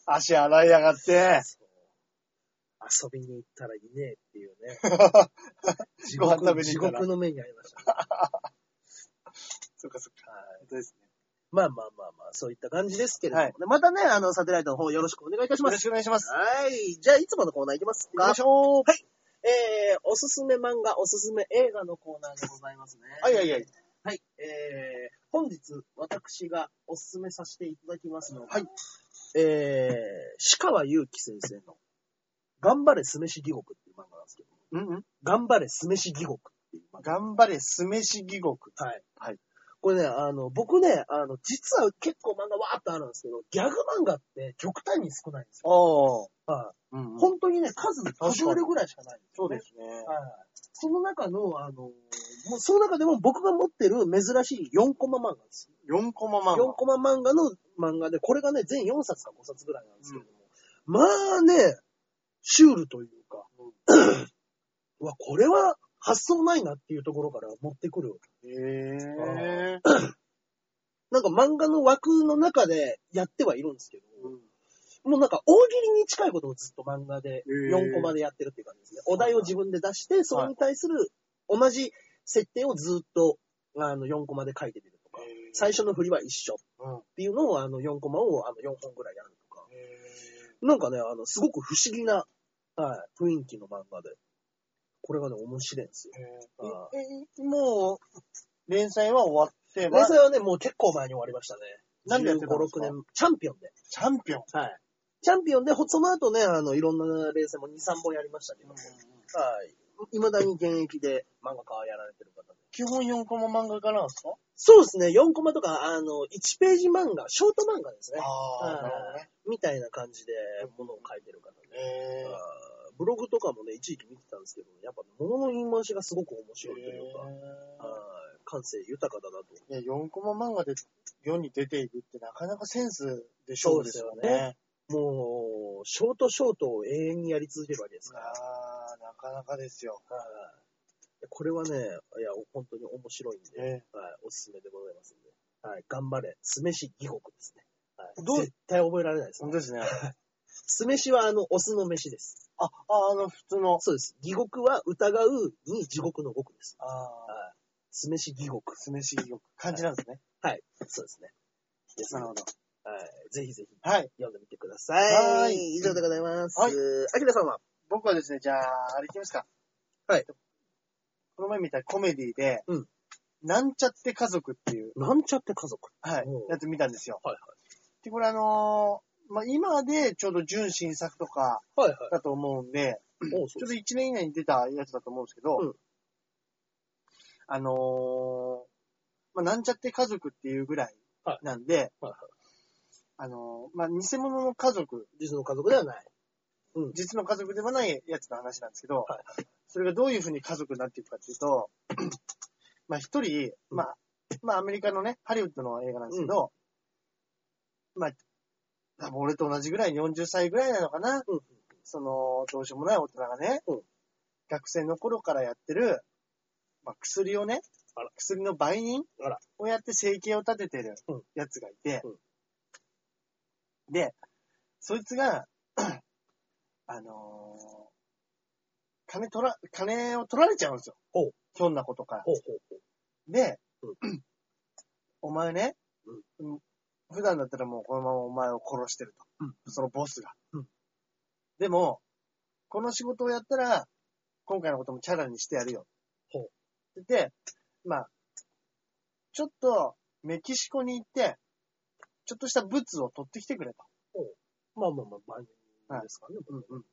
[SPEAKER 2] 足洗いやがって。
[SPEAKER 1] そう遊びに行ったらいねえっていう ね。地
[SPEAKER 2] ご飯食べ
[SPEAKER 1] 獄
[SPEAKER 2] に
[SPEAKER 1] 地
[SPEAKER 2] 行ったら
[SPEAKER 1] 獄の目に遭いましたね、
[SPEAKER 2] そっかそっか。
[SPEAKER 1] はい
[SPEAKER 2] 本当ですね。
[SPEAKER 1] まあまあまあまあ、そういった感じですけれどもね、またね、あの、サテライトの方よろしくお願いいたし
[SPEAKER 2] よ
[SPEAKER 1] ま
[SPEAKER 2] ろし
[SPEAKER 1] す。
[SPEAKER 2] くお願いします。
[SPEAKER 1] はい。じゃあ、いつものコーナーいきます
[SPEAKER 2] 行き
[SPEAKER 1] か
[SPEAKER 2] まし。ょう。
[SPEAKER 1] えー、おすすめ漫画、おすすめ映画のコーナーでございますね。
[SPEAKER 2] はいはいはい。
[SPEAKER 1] はい。えー、本日、私がおすすめさせていただきますのは、
[SPEAKER 2] はい。
[SPEAKER 1] えー、鹿川祐希先生の、頑張れ酢飯地獄っていう漫画なんですけど、
[SPEAKER 2] うんうん。
[SPEAKER 1] 頑張れ酢飯地獄っていう漫画。
[SPEAKER 2] 頑張れ、酢飯地獄。
[SPEAKER 1] はい。
[SPEAKER 2] はい。
[SPEAKER 1] これね、あの、僕ね、あの、実は結構漫画わーっとあるんですけど、ギャグ漫画って極端に少ないんですよ。
[SPEAKER 2] ああ。
[SPEAKER 1] は
[SPEAKER 2] うん
[SPEAKER 1] い。
[SPEAKER 2] うん。
[SPEAKER 1] 本当にね、数数えるぐらいしかないんです
[SPEAKER 2] そ
[SPEAKER 1] よ
[SPEAKER 2] う
[SPEAKER 1] ね
[SPEAKER 2] で。すね。
[SPEAKER 1] はい。その中の、あの、もうその中でも僕が持ってる珍しい4コマ漫画です。
[SPEAKER 2] 4コマ漫
[SPEAKER 1] 4
[SPEAKER 2] 画。
[SPEAKER 1] コマ漫画の漫画で、これがね、全4冊か5冊ぐらいなんですけれども、まあね、シュールというか、 うわ、これは発想ないなっていうところから持ってくる。
[SPEAKER 2] へえ。
[SPEAKER 1] なんか漫画の枠の中でやってはいるんですけど、
[SPEAKER 2] うん
[SPEAKER 1] もうなんか大喜利に近いことをずっと漫画で、
[SPEAKER 2] へー
[SPEAKER 1] 4コマでやってるっていう感じですね。お題を自分で出して、それに対する同じ設定をずっと、あの、4コマで書いてみるとか、最初の振りは一緒っていうのを、あの、4コマを、あの、4本ぐらいやるとか、
[SPEAKER 2] へえ
[SPEAKER 1] なんかね、あの、すごく不思議な、はい、雰囲気の漫画で、これがね、面白いんですよ。あ
[SPEAKER 2] ええもう、連載は終わって
[SPEAKER 1] 連
[SPEAKER 2] は、
[SPEAKER 1] 載はね、もう結構前に終わりましたね。
[SPEAKER 2] なんでやってたんですか
[SPEAKER 1] ?15、6年、チャンピオンで。
[SPEAKER 2] チャンピオン。
[SPEAKER 1] はい。チャンピオンで、ほその後ね、あの、いろんなレースも2、3本やりましたけども、はい。未だに現役で漫画家はやられてる方で。
[SPEAKER 2] 基本4コマ漫画家なんですか
[SPEAKER 1] そうですね、4コマとか、あの、1ページ漫画、ショート漫画ですね。
[SPEAKER 2] あ
[SPEAKER 1] はい
[SPEAKER 2] あ、なるほどね。
[SPEAKER 1] みたいな感じで、ものを書いてる方で。
[SPEAKER 2] へ
[SPEAKER 1] あーブログとかもね、一時期見てたんですけど、やっぱ、ものの言い回しがすごく面白いというか、はい感性豊かだなと。
[SPEAKER 2] え。いや、4コマ漫画で世に出ていくってなかなかセンスで勝負ですよ
[SPEAKER 1] そうですよね
[SPEAKER 2] ね。
[SPEAKER 1] もう、ショートショートを永遠にやり続けるわけですから。
[SPEAKER 2] ああ、なかなかですよ。
[SPEAKER 1] はいこれはね、いや、本当に面白いんで、
[SPEAKER 2] え
[SPEAKER 1] はい、おすすめでございますんで。はい、頑張れ。酢飯義国ですね。はい、
[SPEAKER 2] どう
[SPEAKER 1] 絶対覚えられないです、
[SPEAKER 2] 本
[SPEAKER 1] ね。
[SPEAKER 2] 当ですね。
[SPEAKER 1] 酢飯はあの、オスの飯です。
[SPEAKER 2] あ、ああの、普通の。
[SPEAKER 1] そうです。義国は疑うに地獄の獄です。
[SPEAKER 2] ああ、
[SPEAKER 1] はい。酢飯義国。
[SPEAKER 2] 酢飯地獄。漢字なんですね。
[SPEAKER 1] はい。そうですね。です
[SPEAKER 2] な
[SPEAKER 1] ね
[SPEAKER 2] るほど。
[SPEAKER 1] はい。ぜひぜひ
[SPEAKER 2] はい。
[SPEAKER 1] 読んでみてください。
[SPEAKER 2] はーい
[SPEAKER 1] 以上でございます。
[SPEAKER 2] はい
[SPEAKER 1] あきらさんは
[SPEAKER 2] 僕はですね、じゃあ、あれいきますか。
[SPEAKER 1] はい。
[SPEAKER 2] この前見たコメディで、
[SPEAKER 1] うん
[SPEAKER 2] なんちゃって家族っていう、
[SPEAKER 1] なんちゃって家族。
[SPEAKER 2] はい
[SPEAKER 1] おう、
[SPEAKER 2] やつ見たんですよ。
[SPEAKER 1] はい
[SPEAKER 2] で、これあのーまあ、今でちょうど純新作とか
[SPEAKER 1] はい。はいは
[SPEAKER 2] だと思うんで、
[SPEAKER 1] い。おう、そ
[SPEAKER 2] ちょ
[SPEAKER 1] う
[SPEAKER 2] う
[SPEAKER 1] で
[SPEAKER 2] ど1年以内に出たやつだと思うんですけど、
[SPEAKER 1] うん
[SPEAKER 2] あのーまあ、なんちゃって家族っていうぐらいなんで、
[SPEAKER 1] はいは
[SPEAKER 2] あの、まあ、偽物の家族、
[SPEAKER 1] 実の家族ではない。
[SPEAKER 2] 実の家族ではないやつの話なんですけど、
[SPEAKER 1] は
[SPEAKER 2] それがどういうふうに家族になっていくかっていうと、まあ一人、まあ、まあアメリカのね、ハリウッドの映画なんですけど、まあ、多分俺と同じぐらい、40歳ぐらいなのかな、
[SPEAKER 1] うん
[SPEAKER 2] その、どうしようもない大人がね、
[SPEAKER 1] うん
[SPEAKER 2] 学生の頃からやってる、まあ薬をね
[SPEAKER 1] あら、
[SPEAKER 2] 薬の売人
[SPEAKER 1] あら
[SPEAKER 2] をやって生計を立ててる
[SPEAKER 1] うん
[SPEAKER 2] やつがいて、
[SPEAKER 1] うん
[SPEAKER 2] で、そいつが、 あのー金取ら、金を取られちゃうんですよ。
[SPEAKER 1] ほう
[SPEAKER 2] ひょんなことから。
[SPEAKER 1] ほうほうほう。
[SPEAKER 2] で
[SPEAKER 1] うん、
[SPEAKER 2] お前ね、うん普段だったらもうこのままお前を殺してると。そのボスが。
[SPEAKER 1] うん
[SPEAKER 2] でも、この仕事をやったら、今回のこともチャラにしてやるよ。
[SPEAKER 1] ほ
[SPEAKER 2] で、まあ、ちょっとメキシコに行って、ちょっとした物を取ってきてくれと。
[SPEAKER 1] まあまあまあ、万人ですからね。
[SPEAKER 2] うんうん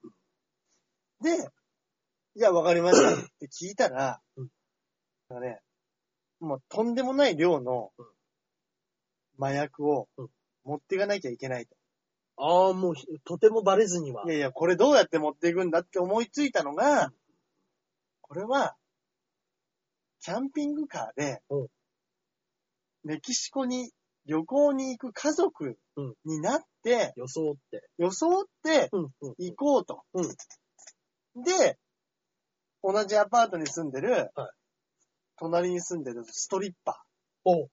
[SPEAKER 2] うん。で、じゃあわかりま したって聞いたら、
[SPEAKER 1] うん
[SPEAKER 2] なんかね、もうとんでもない量の
[SPEAKER 1] うん
[SPEAKER 2] 麻薬を
[SPEAKER 1] うん
[SPEAKER 2] 持っていかなきゃいけないと。
[SPEAKER 1] ああ、もうひ、とてもバレずには。
[SPEAKER 2] いやいや、これどうやって持っていくんだって思いついたのが、
[SPEAKER 1] うん
[SPEAKER 2] これは、キャンピングカーで
[SPEAKER 1] うん、
[SPEAKER 2] メキシコに旅行に行く家族になって、
[SPEAKER 1] 装って。
[SPEAKER 2] 装って
[SPEAKER 1] うん、うん。
[SPEAKER 2] 行こうと。
[SPEAKER 1] うん
[SPEAKER 2] で、同じアパートに住んでる、
[SPEAKER 1] はい
[SPEAKER 2] 隣に住んでるストリッパ
[SPEAKER 1] おう。
[SPEAKER 2] ー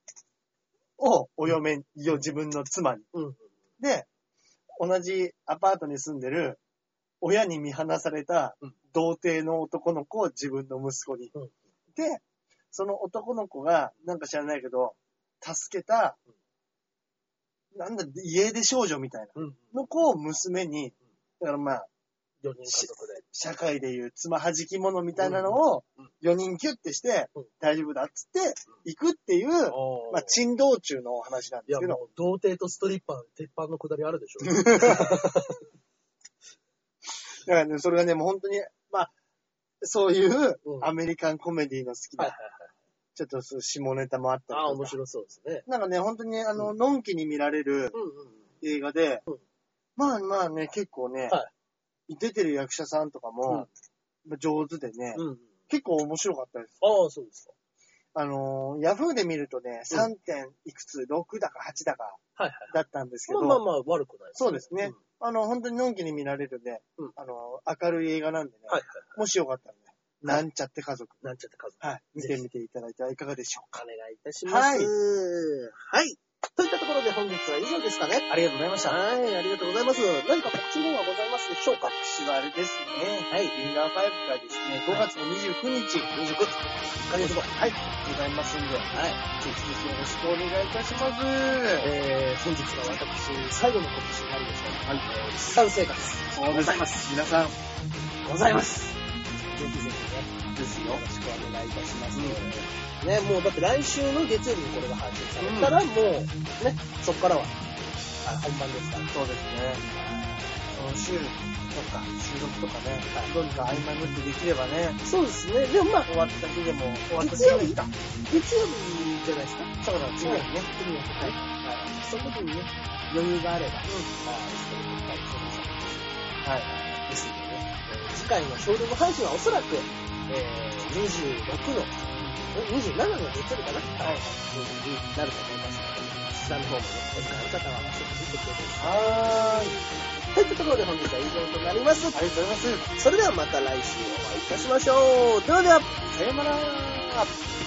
[SPEAKER 2] をお嫁に、自分の妻に。
[SPEAKER 1] うん。
[SPEAKER 2] で、同じアパートに住んでる、親に見放された
[SPEAKER 1] うん
[SPEAKER 2] 童貞の男の子を自分の息子に。
[SPEAKER 1] うん
[SPEAKER 2] で、その男の子が、なんか知らないけど、助けた、なんだ、家出少女みたいな。
[SPEAKER 1] うん。
[SPEAKER 2] の子を娘に、だからまあ、
[SPEAKER 1] 4人家族で。
[SPEAKER 2] 社会でいうつまはじき者みたいなのを
[SPEAKER 1] うん
[SPEAKER 2] 4人キュッてして
[SPEAKER 1] うん、
[SPEAKER 2] 大丈夫だっつって行くっていう、
[SPEAKER 1] ああ
[SPEAKER 2] まあ、珍道中のお話なん
[SPEAKER 1] い
[SPEAKER 2] です
[SPEAKER 1] や、
[SPEAKER 2] けど、
[SPEAKER 1] もう、童貞とストリッパー、鉄板のくだりあるでしょ。
[SPEAKER 2] だからね、それがね、もう本当に、まあ、そういう
[SPEAKER 1] うん
[SPEAKER 2] アメリカンコメディの好き
[SPEAKER 1] はいはい
[SPEAKER 2] な、
[SPEAKER 1] はい。
[SPEAKER 2] ちょっとそう下ネタもあったり
[SPEAKER 1] ああ、
[SPEAKER 2] と
[SPEAKER 1] 面
[SPEAKER 2] か。
[SPEAKER 1] 白そうですね。
[SPEAKER 2] なんかね、本当にあの、のんきに見られる
[SPEAKER 1] うんうん。
[SPEAKER 2] 映画で
[SPEAKER 1] うん、
[SPEAKER 2] まあまあね、結構ね
[SPEAKER 1] は、
[SPEAKER 2] 出てる役者さんとかも、まあ上手でね、
[SPEAKER 1] うんうん。
[SPEAKER 2] 結構面白かったです。
[SPEAKER 1] ああ、そうです
[SPEAKER 2] あのー、ヤフーで見るとね、
[SPEAKER 1] うん
[SPEAKER 2] 3. 点いくつ、6だか8だか
[SPEAKER 1] か。はいは
[SPEAKER 2] だったんですけ
[SPEAKER 1] い。
[SPEAKER 2] ど、
[SPEAKER 1] まあまあまあ、悪くない
[SPEAKER 2] そうですね
[SPEAKER 1] ん
[SPEAKER 2] あの、本当にのんきに見られるね、
[SPEAKER 1] うん
[SPEAKER 2] あのー、明るい映画なんでね、
[SPEAKER 1] はいはい。
[SPEAKER 2] もしよかったらね、
[SPEAKER 1] はい
[SPEAKER 2] なんちゃって家族、
[SPEAKER 1] なんちゃって数。
[SPEAKER 2] はい、見
[SPEAKER 1] ぜ
[SPEAKER 2] て
[SPEAKER 1] ひ
[SPEAKER 2] みていただいてはいかがでしょうか。
[SPEAKER 1] お願いいたします。
[SPEAKER 2] はい
[SPEAKER 1] はい。といったところで本日は以上ですかね。
[SPEAKER 2] ありがとうございました。
[SPEAKER 1] はい、ありがとうございます。何か告知の方はございますでしょうか
[SPEAKER 2] 私はあれですね、
[SPEAKER 1] はい。
[SPEAKER 2] フィンガーファイブがですね、5月の29日、
[SPEAKER 1] 29分。ありがとうございます。はい。
[SPEAKER 2] ございますんで、ぜ
[SPEAKER 1] はい。
[SPEAKER 2] ひぜひよろしくお願いいたします。
[SPEAKER 1] えー、本日が私、最後の告知になるでしょうか。はい。えー、資産生活。
[SPEAKER 2] そうで
[SPEAKER 1] ございます。
[SPEAKER 2] す。皆さん、
[SPEAKER 1] ございます。ぜひぜひね。
[SPEAKER 2] です
[SPEAKER 1] よ
[SPEAKER 2] よ。
[SPEAKER 1] ろしくお願いいたします。
[SPEAKER 2] う
[SPEAKER 1] ね、もうだって来週の月曜日にこれが配信されたら、もうね、そこからは、あ本番ですから。
[SPEAKER 2] そうですね。その週とか収録とかね、どうにか合間縫ってできればね、
[SPEAKER 1] そうですね。でもまあ、
[SPEAKER 2] 終わった日でも終わった
[SPEAKER 1] 月曜
[SPEAKER 2] 日
[SPEAKER 1] 日
[SPEAKER 2] でも
[SPEAKER 1] 月曜日じゃないです
[SPEAKER 2] そ
[SPEAKER 1] か。
[SPEAKER 2] うだ、次の日ね。
[SPEAKER 1] 次の日はい。その時にね、余裕があれば、はい、していきたいと思います。
[SPEAKER 2] はい。
[SPEAKER 1] ですので、ね、えー次回のショールーム配信はおそらく、えー、26の、え27の月曜日かな
[SPEAKER 2] はい
[SPEAKER 1] になると思いますので、そちらの方もね、お時間ある方は遊びに来てくださ
[SPEAKER 2] はーい。
[SPEAKER 1] い。といったところで本日は以上となります。
[SPEAKER 2] ありがとうございます。
[SPEAKER 1] それではまた来週お会いいたしましょう。ではでは、さようなら。